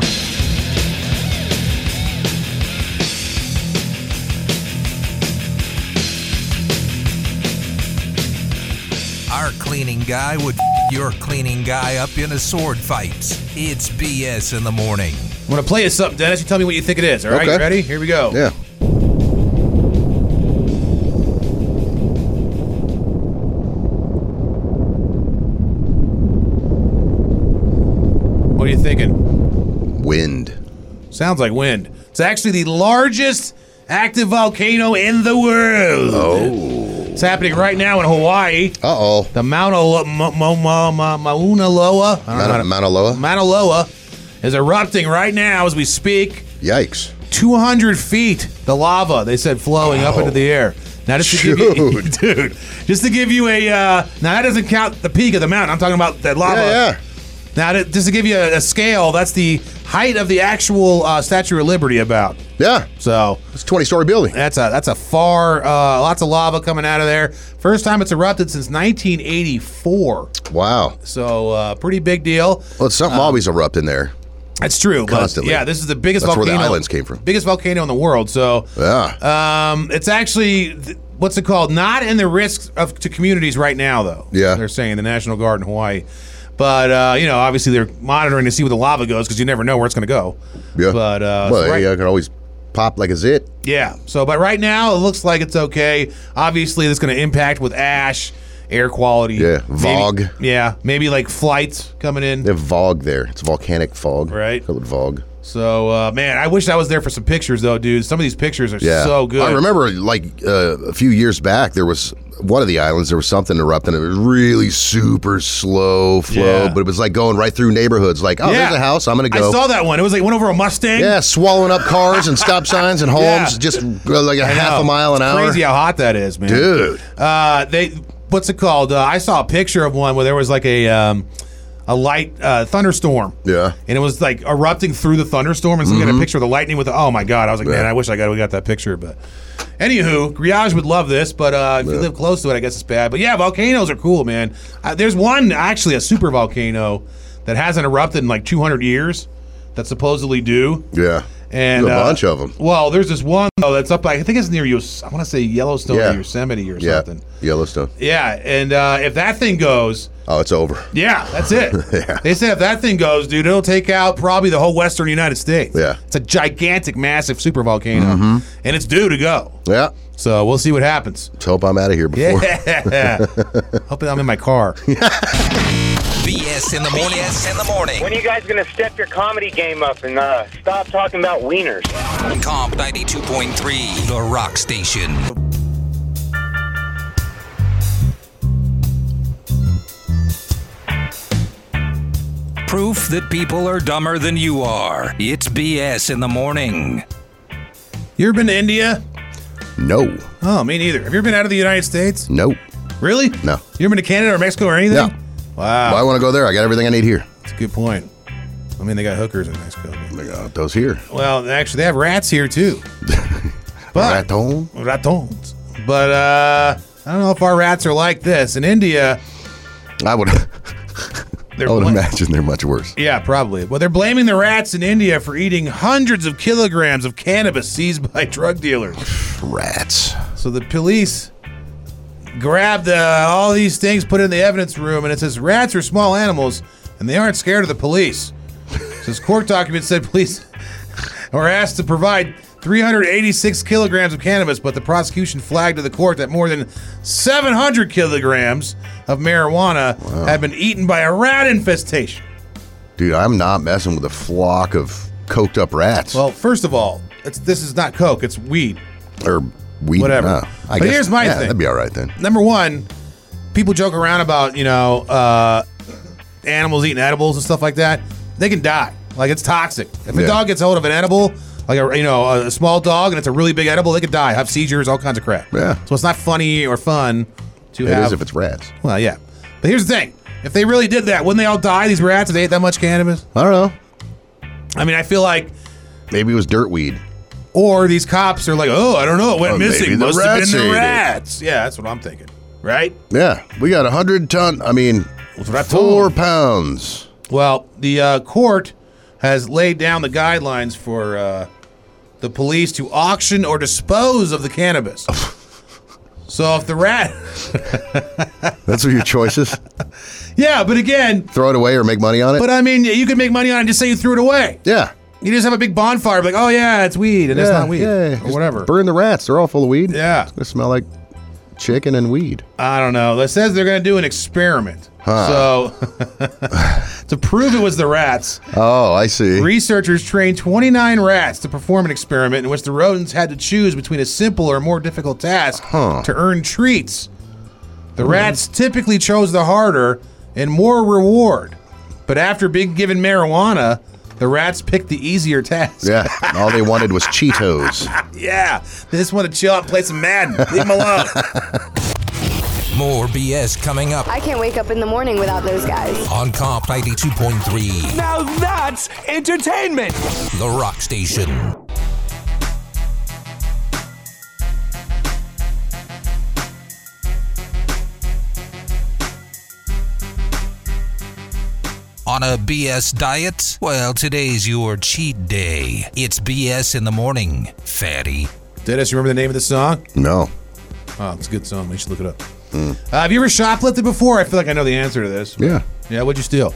Our cleaning guy would your cleaning guy up in a sword fight. It's BS in the morning.
I'm going to play us up, Dennis. You tell me what you think it is. All right,
Okay.
you ready? Here we go.
Yeah,
What are you thinking?
wind.
Sounds like wind. It's actually the largest active volcano in the world. Oh. It's happening right now in Hawaii.
Uh oh,
The Mount Olo- Mo- Mo- Mo- Mo- Mauna Loa. I don't know how
Mauna,
to-
Mauna Loa.
Mauna Loa is erupting right now as we speak.
Yikes.
200 feet, the lava they said flowing up into the air. Now just to give you,
Dude.
dude, just to give you a uh, now that doesn't count the peak of the mountain. I'm talking about that lava.
Yeah, yeah.
Now to, just to give you a, a scale, that's the height of the actual uh, Statue of Liberty about.
Yeah,
So
it's a 20 story building.
that's a that's a far uh, lots of lava coming out of there. First time it's erupted since 1984.
Wow.
So uh, pretty big deal.
Well, it's
Uh-huh.
something always erupt in there.
That's true. but
Constantly.
yeah, this is the biggest
That's where the
volcano.
islands came from.
Biggest volcano in the world. So,
Yeah.
um, it's actually th- what's it called? Not in the risk of to communities right now, though.
Yeah.
they're saying the National Guard in Hawaii, but uh, you know, obviously they're monitoring to see where the lava goes because you never know where it's going to go.
yeah.
But uh,
well,
so right-
yeah, it could always pop like a zit.
yeah. So, but right now it looks like it's okay. Obviously, that's going to impact with ash, air quality.
Yeah,
Maybe-
fog.
yeah, maybe like flights coming in.
They have fog there. It's volcanic fog.
Right.
Call it fog.
So, uh, man, I wish I was there for some pictures, though, dude. Some of these pictures are
Yeah.
so good.
I remember like uh, a few years back, there was one of the islands, there was something erupting. It was really super slow flow,
Yeah.
but it was like going right through neighborhoods. Like, oh, there's a house. I'm going to go.
I saw that one. It was like went over a Mustang.
yeah, swallowing up cars and stop signs and homes,
Yeah.
just go like a
I
half a
know.
mile an
It's
hour.
Crazy how hot that is, man.
Dude.
Uh, they what's it called? Uh, I saw a picture of one where there was like a um, a light uh, thunderstorm.
Yeah. Mm-hmm.
And it was like erupting through the thunderstorm, and so we got a picture of the lightning with. The, oh my god! I was like, man, I wish I got we got that picture, but. Anywho, Griage would love this, but uh, if you live close to it, I guess it's bad. But yeah, volcanoes are cool, man. Uh, there's one actually a super volcano that hasn't erupted in like 200 years that's supposedly due.
Yeah.
And
a
uh,
bunch of 'em.
Well, there's this one though that's up. like, I think it's near Yos. I want to say Yellowstone
Yeah.
or Yosemite or
Yeah,
something.
Yellowstone.
Yeah, and uh, if that thing goes,
Oh, it's over.
yeah, that's it. They said if that thing goes, dude, it'll take out probably the whole western United States.
Yeah.
it's a gigantic, massive super volcano,
Mhm.
and it's due to go.
Yeah.
So we'll see what happens.
Let's hope I'm out of here before.
Yeah. Hoping I'm in my car.
BS in the morning. BS in the morning.
When are you guys gonna step your comedy game up and uh, stop talking about wieners?
Comp 92.3, The Rock Station. Proof that people are dumber than you are. It's BS in the morning.
You ever been to India?
No.
Oh, me neither. Have you ever been out of the United States?
Nope.
Really?
No.
You ever been to Canada or Mexico or
No.
anything? Wow.
Why I want to go there? I got everything I need here.
That's a good point. I mean, they got hookers in Mexico.
They got uh, those here.
Well, actually, they have rats here too. But
Raton.
ratons. But uh, I don't know if our rats are like this in India.
I would.
They're
I would
bla-
imagine Oh, they're much worse.
Yeah, probably. Well, they're blaming the rats in India for eating hundreds of kilograms of cannabis seized by drug dealers.
Rats.
So the police grabbed uh, all these things, put it in the evidence room, and it says rats are small animals and they aren't scared of the police. Since court documents said police were asked to provide 386 kilograms of cannabis, but the prosecution flagged to the court that more than 700 kilograms of marijuana had been eaten by a rat infestation.
Dude, I'm not messing with a flock of coked up rats
Well, first of all, it's, this is not coke; it's weed.
or weed.
whatever.
no. I
But
guess-
here's my
yeah,
thing.
That'd be all right then.
number one, people joke around about you know uh, animals eating edibles and stuff like that. They can die. Like it's toxic. If a
Yeah.
dog gets hold of an edible, like a you know a, a small dog, and it's a really big edible, they could die, have seizures, all kinds of crap.
Yeah.
So it's not funny or fun to
It
have.
is if it's rats.
well, yeah. But here's the thing: if they really did that, wouldn't they all die? These rats if they ate that much cannabis.
I don't know.
I mean, I feel like.
Maybe it was dirt weed.
Or these cops are like, oh, I don't know, it went
Oh, maybe
missing.
the
Must have
rats
been
ate
the
it."
rats. Yeah, that's what I'm thinking. Right?
Yeah, we got a hundred ton. I mean,
That's what I told
four pounds.
Well, the uh, court has laid down the guidelines for uh, the police to auction or dispose of the cannabis. so if the rat,
That's what your choices.
yeah, but again,
Throw it away or make money on it.
but I mean, you could make money on it. Just say you threw it away.
yeah,
You just have a big bonfire, be like, oh yeah, it's weed, and it's
Yeah,
not weed,
yeah,
or
just
whatever.
Burn the rats. They're all full of weed.
Yeah.
It's gonna smell like chicken and weed.
I don't know. That says they're going to do an experiment. So to prove it was the rats,
Oh, I see.
Researchers trained 29 rats to perform an experiment in which the rodents had to choose between a simple or more difficult task
Huh. Hmm.
to earn treats. The rats typically chose the harder and more reward, but after being given marijuana, the rats picked the easier task.
yeah, and all they wanted was Cheetos.
Yeah, they just want to chill out and play some Madden. Leave them alone.
More BS coming up
I can't wake up in the morning without those guys.
on Comp 92.3,
Now that's entertainment.
The Rock Station. On a BS diet? Well, today's your cheat day. It's BS in the morning, fatty.
Dennis, you remember the name of the song?
No,
Oh, it's a good song. We should look it up. Uh, have you ever shoplifted before? I feel like I know the answer to this.
Hmm. yeah,
Yeah, what'd you steal?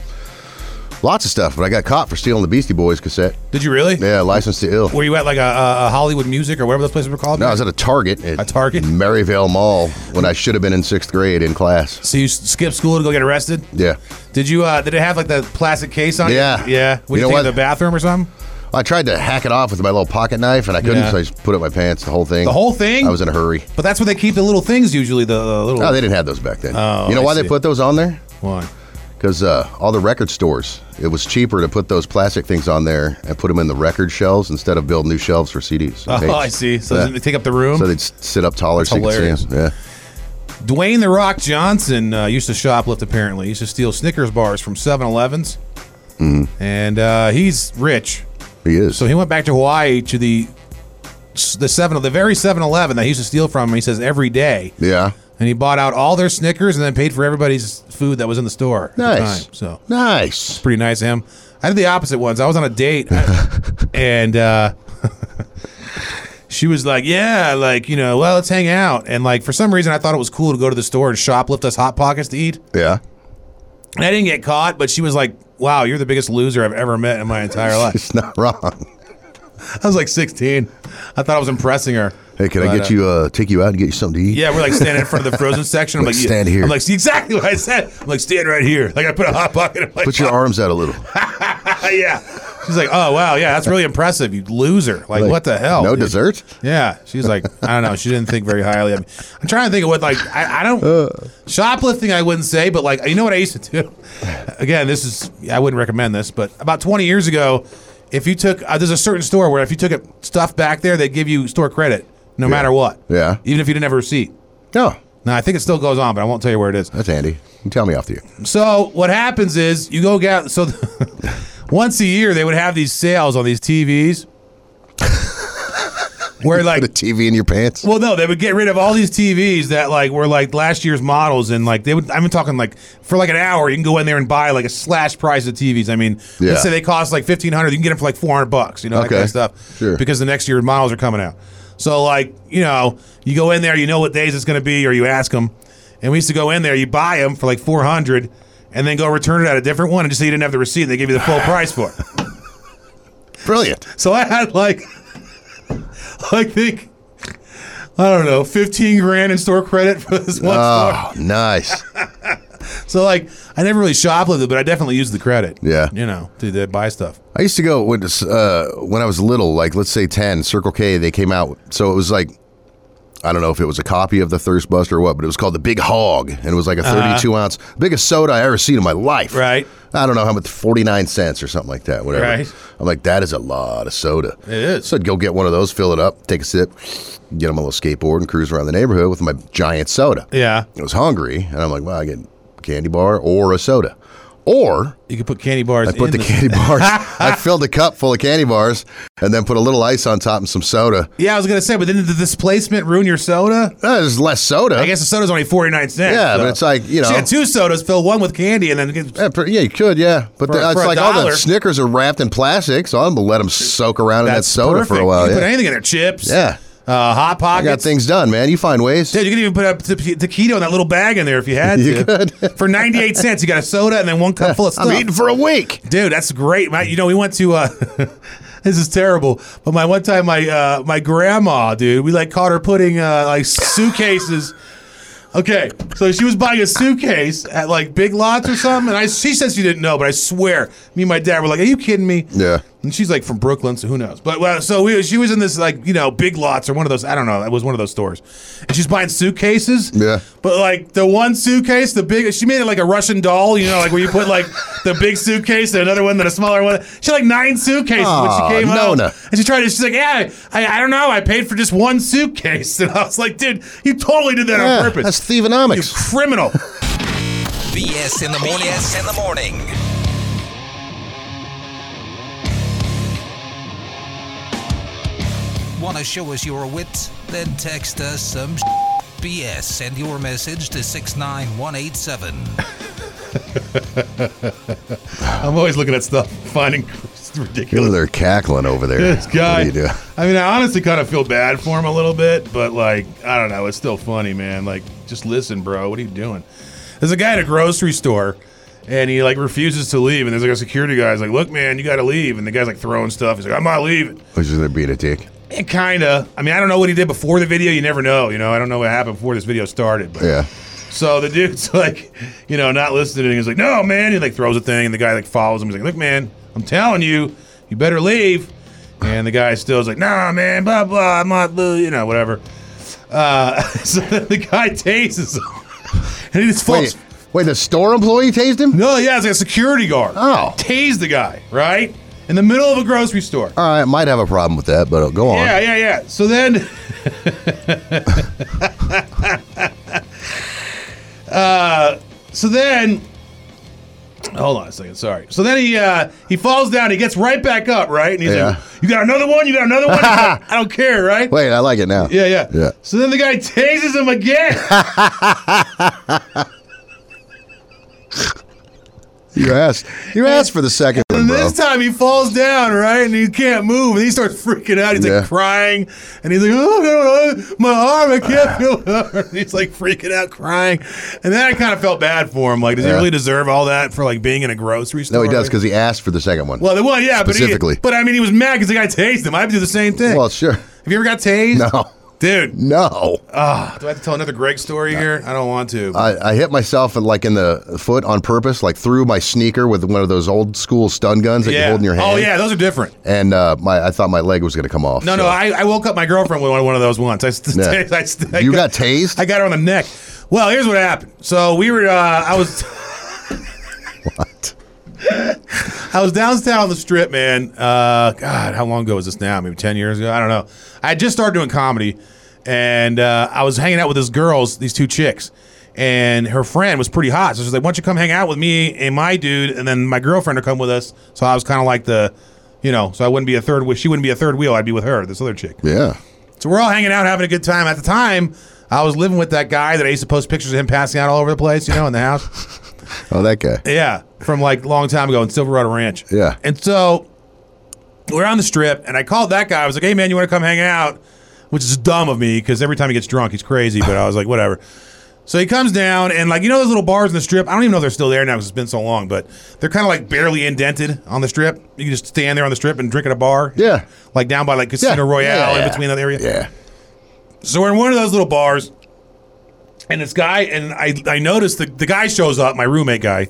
lots of stuff. But I got caught for stealing the Beastie Boys cassette.
Did you really?
Yeah, license to ill.
Were you at like a, a, a Hollywood Music or whatever those places were called?
No, I was at a Target. At
A Target?
Maryvale Mall when I should have been in sixth grade in class.
So you s- skipped school to go get arrested?
Yeah.
Did you? Uh, did it have like the plastic case on?
Yeah.
it? yeah. What,
You
you,
know
think
what?
of the bathroom or something?
I tried to hack it off with my little pocket knife, and I couldn't,
Yeah.
so I just put it in my pants, the whole thing.
The whole thing?
I was in a hurry.
But that's where they keep the little things usually. The, the little.
No, they didn't have those back then.
Oh,
you know
I
why
see.
they put those on there?
Why?
Because uh, all the record stores, it was cheaper to put those plastic things on there and put them in the record shelves instead of building new shelves for CDs.
Oh,
and tapes.
I see. So
Yeah.
doesn't they take up the room?
So they'd s- sit up taller so you could see
hilarious.
'em. Yeah.
Dwayne the Rock Johnson uh, used to shoplift. Apparently, he used to steal Snickers bars from 7-Elevens,
Mm-hmm.
and uh, he's rich.
He is.
So he went back to Hawaii to the the seven, the very 7-Eleven that he used to steal from. He says every day.
yeah.
and he bought out all their Snickers and then paid for everybody's food that was in the store. at the
Nice.
time. so
Nice.
pretty nice of him. I did the opposite once. I was on a date, and uh, she was like, "Yeah, like you know, well, let's hang out." And like for some reason, I thought it was cool to go to the store and shoplift us hot pockets to eat.
Yeah.
And I didn't get caught, but she was like, "Wow, you're the biggest loser I've ever met in my entire life."
She's not wrong.
I was like 16. I thought I was impressing her.
Hey, can I
But,
get
uh,
you uh take you out and get you something to eat?
Yeah, we're like standing in front of the frozen section. I'm
Like,
like, yeah.
stand here.
I'm like, see exactly what I said. I'm like, stand right here. Like I put a hot pocket in my.
Put your arms out a little.
yeah. She's like, oh wow, yeah, that's really impressive. You loser. Like,
Like,
what the hell?
No
dude?
dessert?
Yeah, she's like, I don't know. She didn't think very highly of me. I'm trying to think of what like I, I don't
Uh.
shoplifting. I wouldn't say, but like you know what I used to do. Again, this is I wouldn't recommend this, but about 20 years ago, if you took uh, there's a certain store where if you took it, stuff back there, they give you store credit no matter what,
Yeah.
even if you didn't have a receipt.
No.
No, I think it still goes on, but I won't tell you where it is.
That's Andy. You can tell me off the air.
So what happens is you go get so once a year they would have these sales on these TVs. Where like
Put a TV in your pants.
well, no, they would get rid of all these TVs that like were like last year's models, and like they would. I'm talking like for like an hour, you can go in there and buy like a slash price of TVs. I mean,
Yeah.
let's say they cost like 1500, you can get them for like 400 bucks. You know, that
Okay.
kind of stuff.
Sure.
Because the next year's models are coming out. So like you know, you go in there, you know what days it's going to be, or you ask them. And we used to go in there, you buy them for like 400, and then go return it at a different one, and just say you didn't have the receipt, and they give you the full price for it.
Brilliant.
So I had like, I think, I don't know, 15 grand in store credit for this one
Oh, nice.
store. So like, I never really shoplifted, but I definitely used the credit.
Yeah.
You know, to, to buy stuff.
I used to go when uh, when I was little, like let's say ten, Circle K. They came out, so it was like I don't know if it was a copy of the Thirst Buster or what, but it was called the Big Hog, and it was like a
Uh-huh.
thirty-two ounce biggest soda I ever seen in my life.
Right.
I don't know how much, forty-nine cents or something like that. Whatever.
Right.
I'm like, that is a lot of soda.
It is.
So I'd go get one of those, fill it up, take a sip, get on my little skateboard, and cruise around the neighborhood with my giant soda.
Yeah.
I was hungry, and I'm like, well, I get a candy bar or a soda, or
You could put candy bars.
I put
in
the candy bars. I filled a cup full of candy bars and then put a little ice on top and some soda.
Yeah, I was gonna say, but then did the displacement ruin your soda?
Uh, There's less soda.
I guess the soda's only 49 cents.
Yeah,
so.
but it's like, you know-
She had two sodas, fill one with candy, and then get,
Yeah, per- yeah, you could, yeah. But
For-
the, it's
for a
like all the
dollar.
Snickers are wrapped in plastic, so I'm going to let them soak around in that soda for
perfect.
a while.
You can
yeah.
put anything in there, chips.
Yeah.
Uh, hot
I got
pockets.
things done, man. You find ways.
Dude, you could even put up t- t- taquito in that little bag in there if you had
You
to. For 98 cents, you got a soda and then one cup full of stuff.
I'm eating for a week.
Dude, that's great. My, you know, we went to. Uh, this is terrible, but my one time, my uh, my grandma, dude, we like caught her putting uh, like suitcases. Okay, so she was buying a suitcase at like Big Lots or something, and I she said she didn't know, but I swear, me and my dad were like, "Are you kidding me?"
Yeah.
And she's like from Brooklyn, so who knows? But well, so we, she was in this like you know Big Lots or one of those. I don't know. It was one of those stores, and she's buying suitcases.
Yeah.
But like the one suitcase, the big, she made it like a Russian doll, you know, like where you put like the big suitcase, then another one, then a smaller one. She had like nine suitcases
Aw,
when she came home.
Nona.
And she tried to, she's like, yeah, I, I don't know. I paid for just one suitcase. And I was like, dude, you totally did that
Yeah,
on purpose.
that's
you
thievenomics.
criminal.
BS in the morning. BS in the morning. Want to show us your wit? Then text us some BS. Send your message to 69187.
I'm always looking at stuff, finding it's ridiculous.
Ooh, they're cackling over there.
This guy.
What do you do?
I mean, I honestly kind of feel bad for him a little bit, but like, I don't know. It's still funny, man. Like, just listen, bro. What are you doing? There's a guy at a grocery store, and he like refuses to leave. And there's like a security guy. He's like, "Look, man, you got to leave." And the guy's like throwing stuff. He's like, "I'm not leaving."
Which is they're being a dick.
And kind of. I mean, I don't know what he did before the video. You never know. You know, I don't know what happened before this video started. But
Yeah.
so the dude's like, you know, not listening. He's like, no, man. He like throws a thing, and the guy like follows him. He's like, look, man, I'm telling you, you better leave. And the guy still is like, nah, man, blah blah, I'm not, blah, you know, whatever. Uh, so then the guy tases him, and he just falls.
Wait, wait, the store employee tased him?
No, yeah, it's like a security guard.
Oh.
tased the guy right in the middle of a grocery store.
All right, I might have a problem with that, but uh, go on.
Yeah, yeah, yeah. So then, uh, so then, hold on a second. Sorry. So then he uh, he falls down. He gets right back up, right? And he's
Yeah.
like, "You got another one? You got another one? He's like, I don't care, right?"
Wait, I like it now.
Yeah, yeah.
Yeah.
So then the guy tases him again.
You asked. You asked for the second one,
And
bro.
this time he falls down, right? And he can't move. And he starts freaking out. He's
Yeah.
like crying. And he's like, oh, no, no, my arm, I can't feel it." And He's like freaking out, crying. And then I kind of felt bad for him. Like, does he
Yeah.
really deserve all that for like being in a grocery store?
No, he does because he asked for the second one.
Well, the- well yeah,
specifically.
But, he, but I mean, he was mad because the guy tased him. I would do the same thing.
well, sure.
Have you ever got tased?
No,
dude.
No.
Ah, do I have to tell another Greg story here? I don't want to.
I, I hit myself like in the foot on purpose, like through my sneaker with one of those old school stun guns that you
yeah.
hold in your hand.
Oh yeah, those are different.
And uh, my, I thought my leg was going to come off.
No, no, I, I woke up my girlfriend with one of those once. I, st-
Yeah.
I, st- I
You got tased?
I got her on the neck. Well, here's what happened. So we were, uh, I was. I was downtown on the strip, man. Uh, God, how long ago was this now? Maybe 10 years ago? I don't know. I had just started doing comedy, and uh, I was hanging out with these girls, these two chicks, and her friend was pretty hot. So she was like, Why don't you come hang out with me and my dude, and then my girlfriend will come with us. So I was kind of like the, you know, so I wouldn't be a third, she wouldn't be a third wheel. I'd be with her, this other chick.
Yeah.
So we're all hanging out, having a good time. At the time, I was living with that guy that I used to post pictures of him passing out all over the place, you know, in the house.
Oh, that guy.
Yeah, from like a long time ago in Silverado Ranch.
Yeah.
And so we're on the strip, and I called that guy. I was like, "Hey, man, you want to come hang out?" Which is dumb of me because every time he gets drunk, he's crazy. But I was like, whatever. So he comes down, and like you know those little bars in the strip. I don't even know if they're still there now because it's been so long. But they're kind of like barely indented on the strip. You can just stand there on the strip and drink at a bar.
Yeah.
Like down by like Casino
Yeah.
Royale
Yeah.
in between that area.
Yeah.
So we're in one of those little bars, and this guy and I I noticed the, the guy shows up, my roommate guy,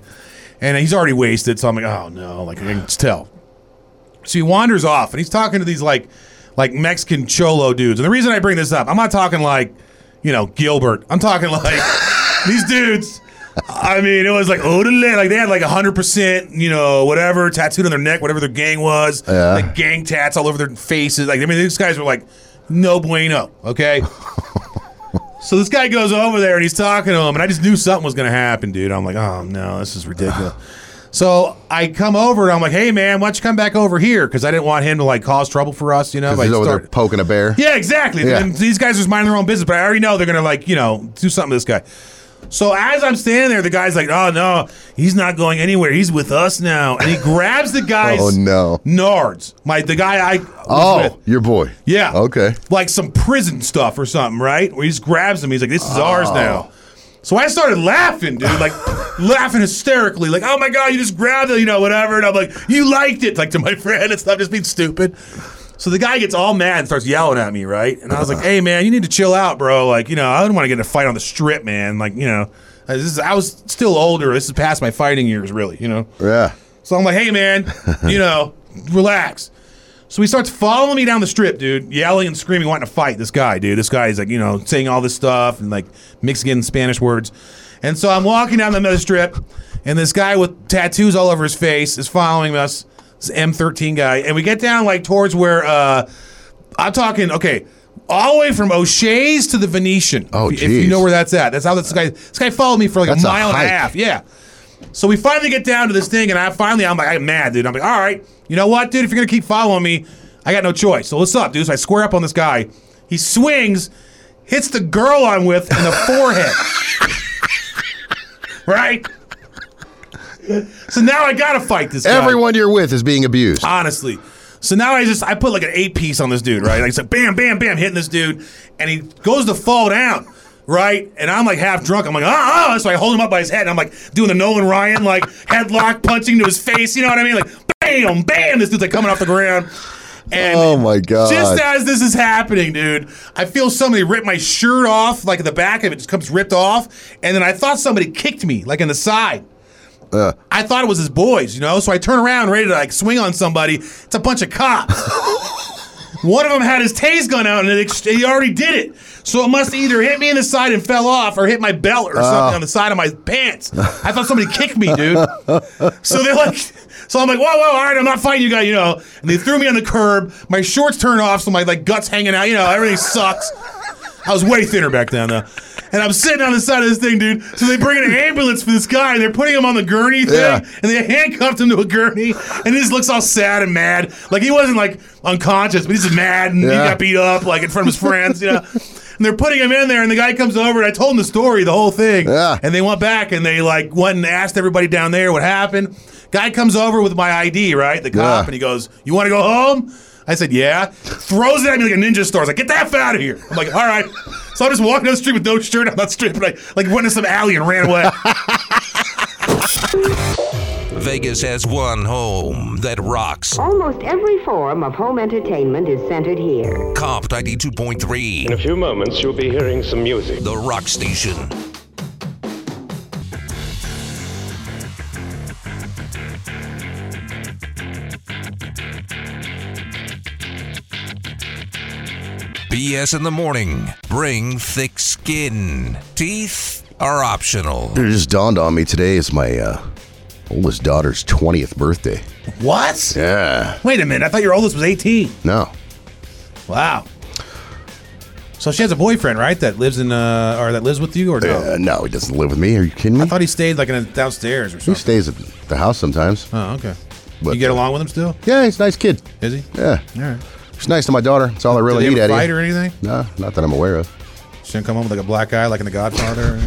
and he's already wasted. So I'm like, oh no, like I can just tell. So he wanders off and he's talking to these like like Mexican cholo dudes. And the reason I bring this up, I'm not talking like, you know, Gilbert. I'm talking like these dudes. I mean, it was like Odele, like they had like hundred percent, you know, whatever tattooed on their neck, whatever their gang was,
Yeah.
like gang tats all over their faces. Like I mean, these guys were like, no bueno, okay. So this guy goes over there and he's talking to him, and I just knew something was going to happen, dude. I'm like, oh no, this is ridiculous. so I come over and I'm like, hey man, why don't you come back over here? Because I didn't want him to like cause trouble for us, you know.
Because
by
he's over there
start-
poking a bear.
yeah, exactly.
Yeah.
And these guys are just minding their own business, but I already know they're gonna like, you know, do something to this guy. So as I'm standing there, the guy's like, "Oh no, he's not going anywhere. He's with us now." And he grabs the guy's
Oh no.
nards, my the guy I was
Oh,
with,
your boy.
Yeah.
Okay.
like some prison stuff or something, right? Where he just grabs him. He's like, "This is ours
Oh.
now." So I started laughing, dude, like laughing hysterically, like, "Oh my god, you just grabbed it, you know, whatever." And I'm like, "You liked it," like to my friend and stuff, just being stupid. So the guy gets all mad and starts yelling at me, right? And I was like, "Hey, man, you need to chill out, bro. Like, you know, I didn't want to get in a fight on the strip, man. Like, you know, this is, I was still older. This is past my fighting years, really. You know."
Yeah.
So I'm like, hey man, you know, relax. So he starts following me down the strip, dude, yelling and screaming, wanting to fight this guy, dude. This guy is like, you know, saying all this stuff and like mixing in Spanish words. And so I'm walking down the middle of the strip, and this guy with tattoos all over his face is following us, this M13 guy. And we get down like towards where uh I'm talking, okay, all the way from O'Shea's to the Venetian.
Oh,
if, if you
geez.
know where that's at. That's how this guy this guy followed me for like
That's
a
a
mile and
hike.
a half. Yeah. So we finally get down to this thing, and I finally, I'm like, I'm mad, dude. I'm like, all right, you know what, dude? If you're gonna keep following me, I got no choice. So what's up, dude? So I square up on this guy. He swings, hits the girl I'm with in the forehead. right. So now I gotta fight this guy.
Everyone you're with is being abused.
Honestly. So now I just I put like an eight piece on this dude, right? Like it's like bam, bam, bam, hitting this dude, and he goes to fall down, right? And I'm like half drunk. I'm like ah, ah. so I hold him up by his head, and I'm like doing the Nolan Ryan like headlock, punching to his face. You know what I mean? Like bam, bam. This dude's like coming off the ground. And
Oh my god.
just as this is happening, dude, I feel somebody rip my shirt off, like the back of it just comes ripped off, and then I thought somebody kicked me, like in the side.
Uh.
I thought it was his boys, you know. So I turn around, ready to like swing on somebody. It's a bunch of cops. One of them had his tase gun out, and it ex- he already did it. So it must either hit me in the side and fell off, or hit my belt or something
Oh.
on the side of my pants. I thought somebody kicked me, dude. So they're like, so I'm like, whoa, whoa, all right, I'm not fighting you guys, you know. And they threw me on the curb. My shorts turned off, so my like guts hanging out, you know. Everything sucks. I was way thinner back then though. And I'm sitting on the side of this thing, dude. So they bring in an ambulance for this guy, and they're putting him on the gurney thing,
Yeah.
and they handcuffed him to a gurney. And he just looks all sad and mad, like he wasn't like unconscious, but he's just mad and he
Yeah.
got beat up, like in front of his friends, you know. and they're putting him in there, and the guy comes over, and I told him the story, the whole thing, and they went back and they like went and asked everybody down there what happened. Guy comes over with my ID, right? The cop,
Yeah.
and he goes, "You want to go home?" I said, "Yeah." Throws it at me like a ninja star. I was like, "Get the f out of here!" I'm like, "All right." So I'm just walking down the street with no shirt. I'm not stripping. I like went into some alley and ran away.
Vegas has one home that rocks.
Almost every form of home entertainment is centered here.
Comp 92.3. In a few moments, you'll be hearing some music. The Rock Station. BS in the morning. Bring thick skin. Teeth are optional.
It just dawned on me today is my uh, oldest daughter's 20th birthday.
What?
Yeah.
Wait a minute. I thought your oldest was 18.
No.
Wow. So she has a boyfriend, right? That lives in uh, or that lives with you, or no?
Uh, no, he doesn't live with me. Are you kidding me? I
thought he stayed like in a, downstairs or
He stays at the house sometimes.
Oh, okay.
But-
you get along with him still?
Yeah, he's a nice kid.
Is he?
Yeah.
All right.
He's nice to my daughter. That's all I really
Did
need,
they ever
Eddie.
fight or anything?
No, not that I'm aware of.
She didn't come home with like a black eye, like in The Godfather.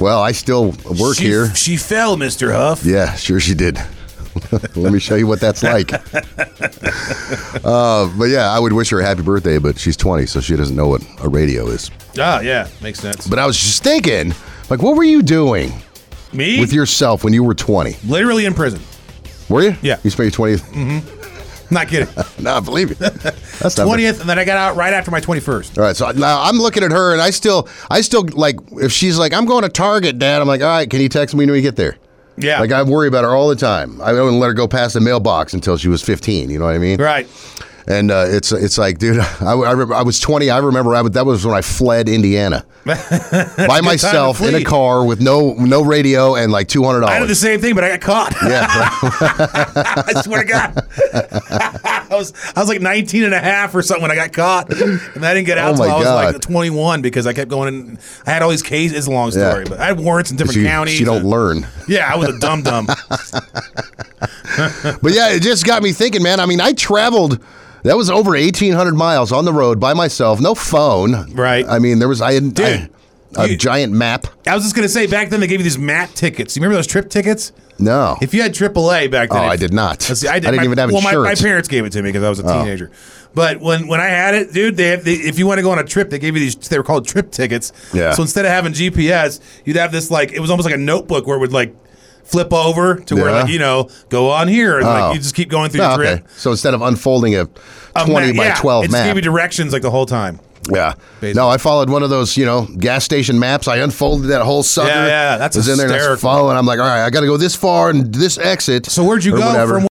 Well, I still work
She-
here.
She fell, Mister Huff.
Yeah, sure she did. Let me show you what that's like. uh, but yeah, I would wish her a happy birthday, but she's 20, so she doesn't know what a radio is.
Ah, yeah, makes sense.
But I was just thinking, like, what were you doing?
Me?
With yourself when you were 20.
Literally in prison.
Were you?
Yeah.
You spent your 20th?
Mm-hmm. Not kidding.
no, I believe you. That's not bad.
Twentieth, and then I got out right after my twenty-first.
All right, so now I'm looking at her, and I still, I still like if she's like, I'm going to Target, Dad. I'm like, all right, can you text me when we get there?
Yeah.
Like I worry about her all the time. I wouldn't let her go past the mailbox until she was 15. You know what I mean?
Right.
And uh, it's it's like, dude, I, I, remember, I was 20. I remember I, would- that was when I fled Indiana by
time to
myself in a
flee.
car with no no radio and like two hundred
I did the
dollars.
same thing, but I got caught. I swear to God. I was I was like 19 and a half or something when I got caught. And I didn't get out
Oh,
until
my
I was like
God.
21 because I kept going in. I had all these cases. It's a long
Yeah.
story, but I had warrants in different
She,
counties.
she don't learn.
Yeah, I was a dumb dumb.
but yeah, it just got me thinking, man. I mean, I traveled. That was over eighteen hundred miles on the road by myself, no phone. Right. I mean, there was I had I- a giant map.
I was just gonna say back then they gave you these mat tickets. You remember those trip tickets?
No.
If you had AAA back then,
Oh,
if-
I did not.
Let's see, I, did,
I didn't
my-
even have
well, my- My,
insurance.
parents gave it to me because I was a
Oh.
teenager. But when, when I had it, dude, they, they if you want to go on a trip, they gave you these. They were called trip tickets.
Yeah.
So instead of having GPS, you'd have this like it was almost like a notebook where it would like flip over to where
Yeah.
like you know go on here and
Oh.
like you just keep going through
Oh,
your trip.
okay. So instead of unfolding a
A
twenty
map-
by
yeah,
twelve
it just
map,
gave you directions like the whole time.
yeah. No, I followed one of those, you know, gas station maps. I unfolded that whole sucker.
Yeah, yeah, that's
was in there and I was
hysterical.
following. I'm like, all right, I got to go this far and this exit. So
where'd you go from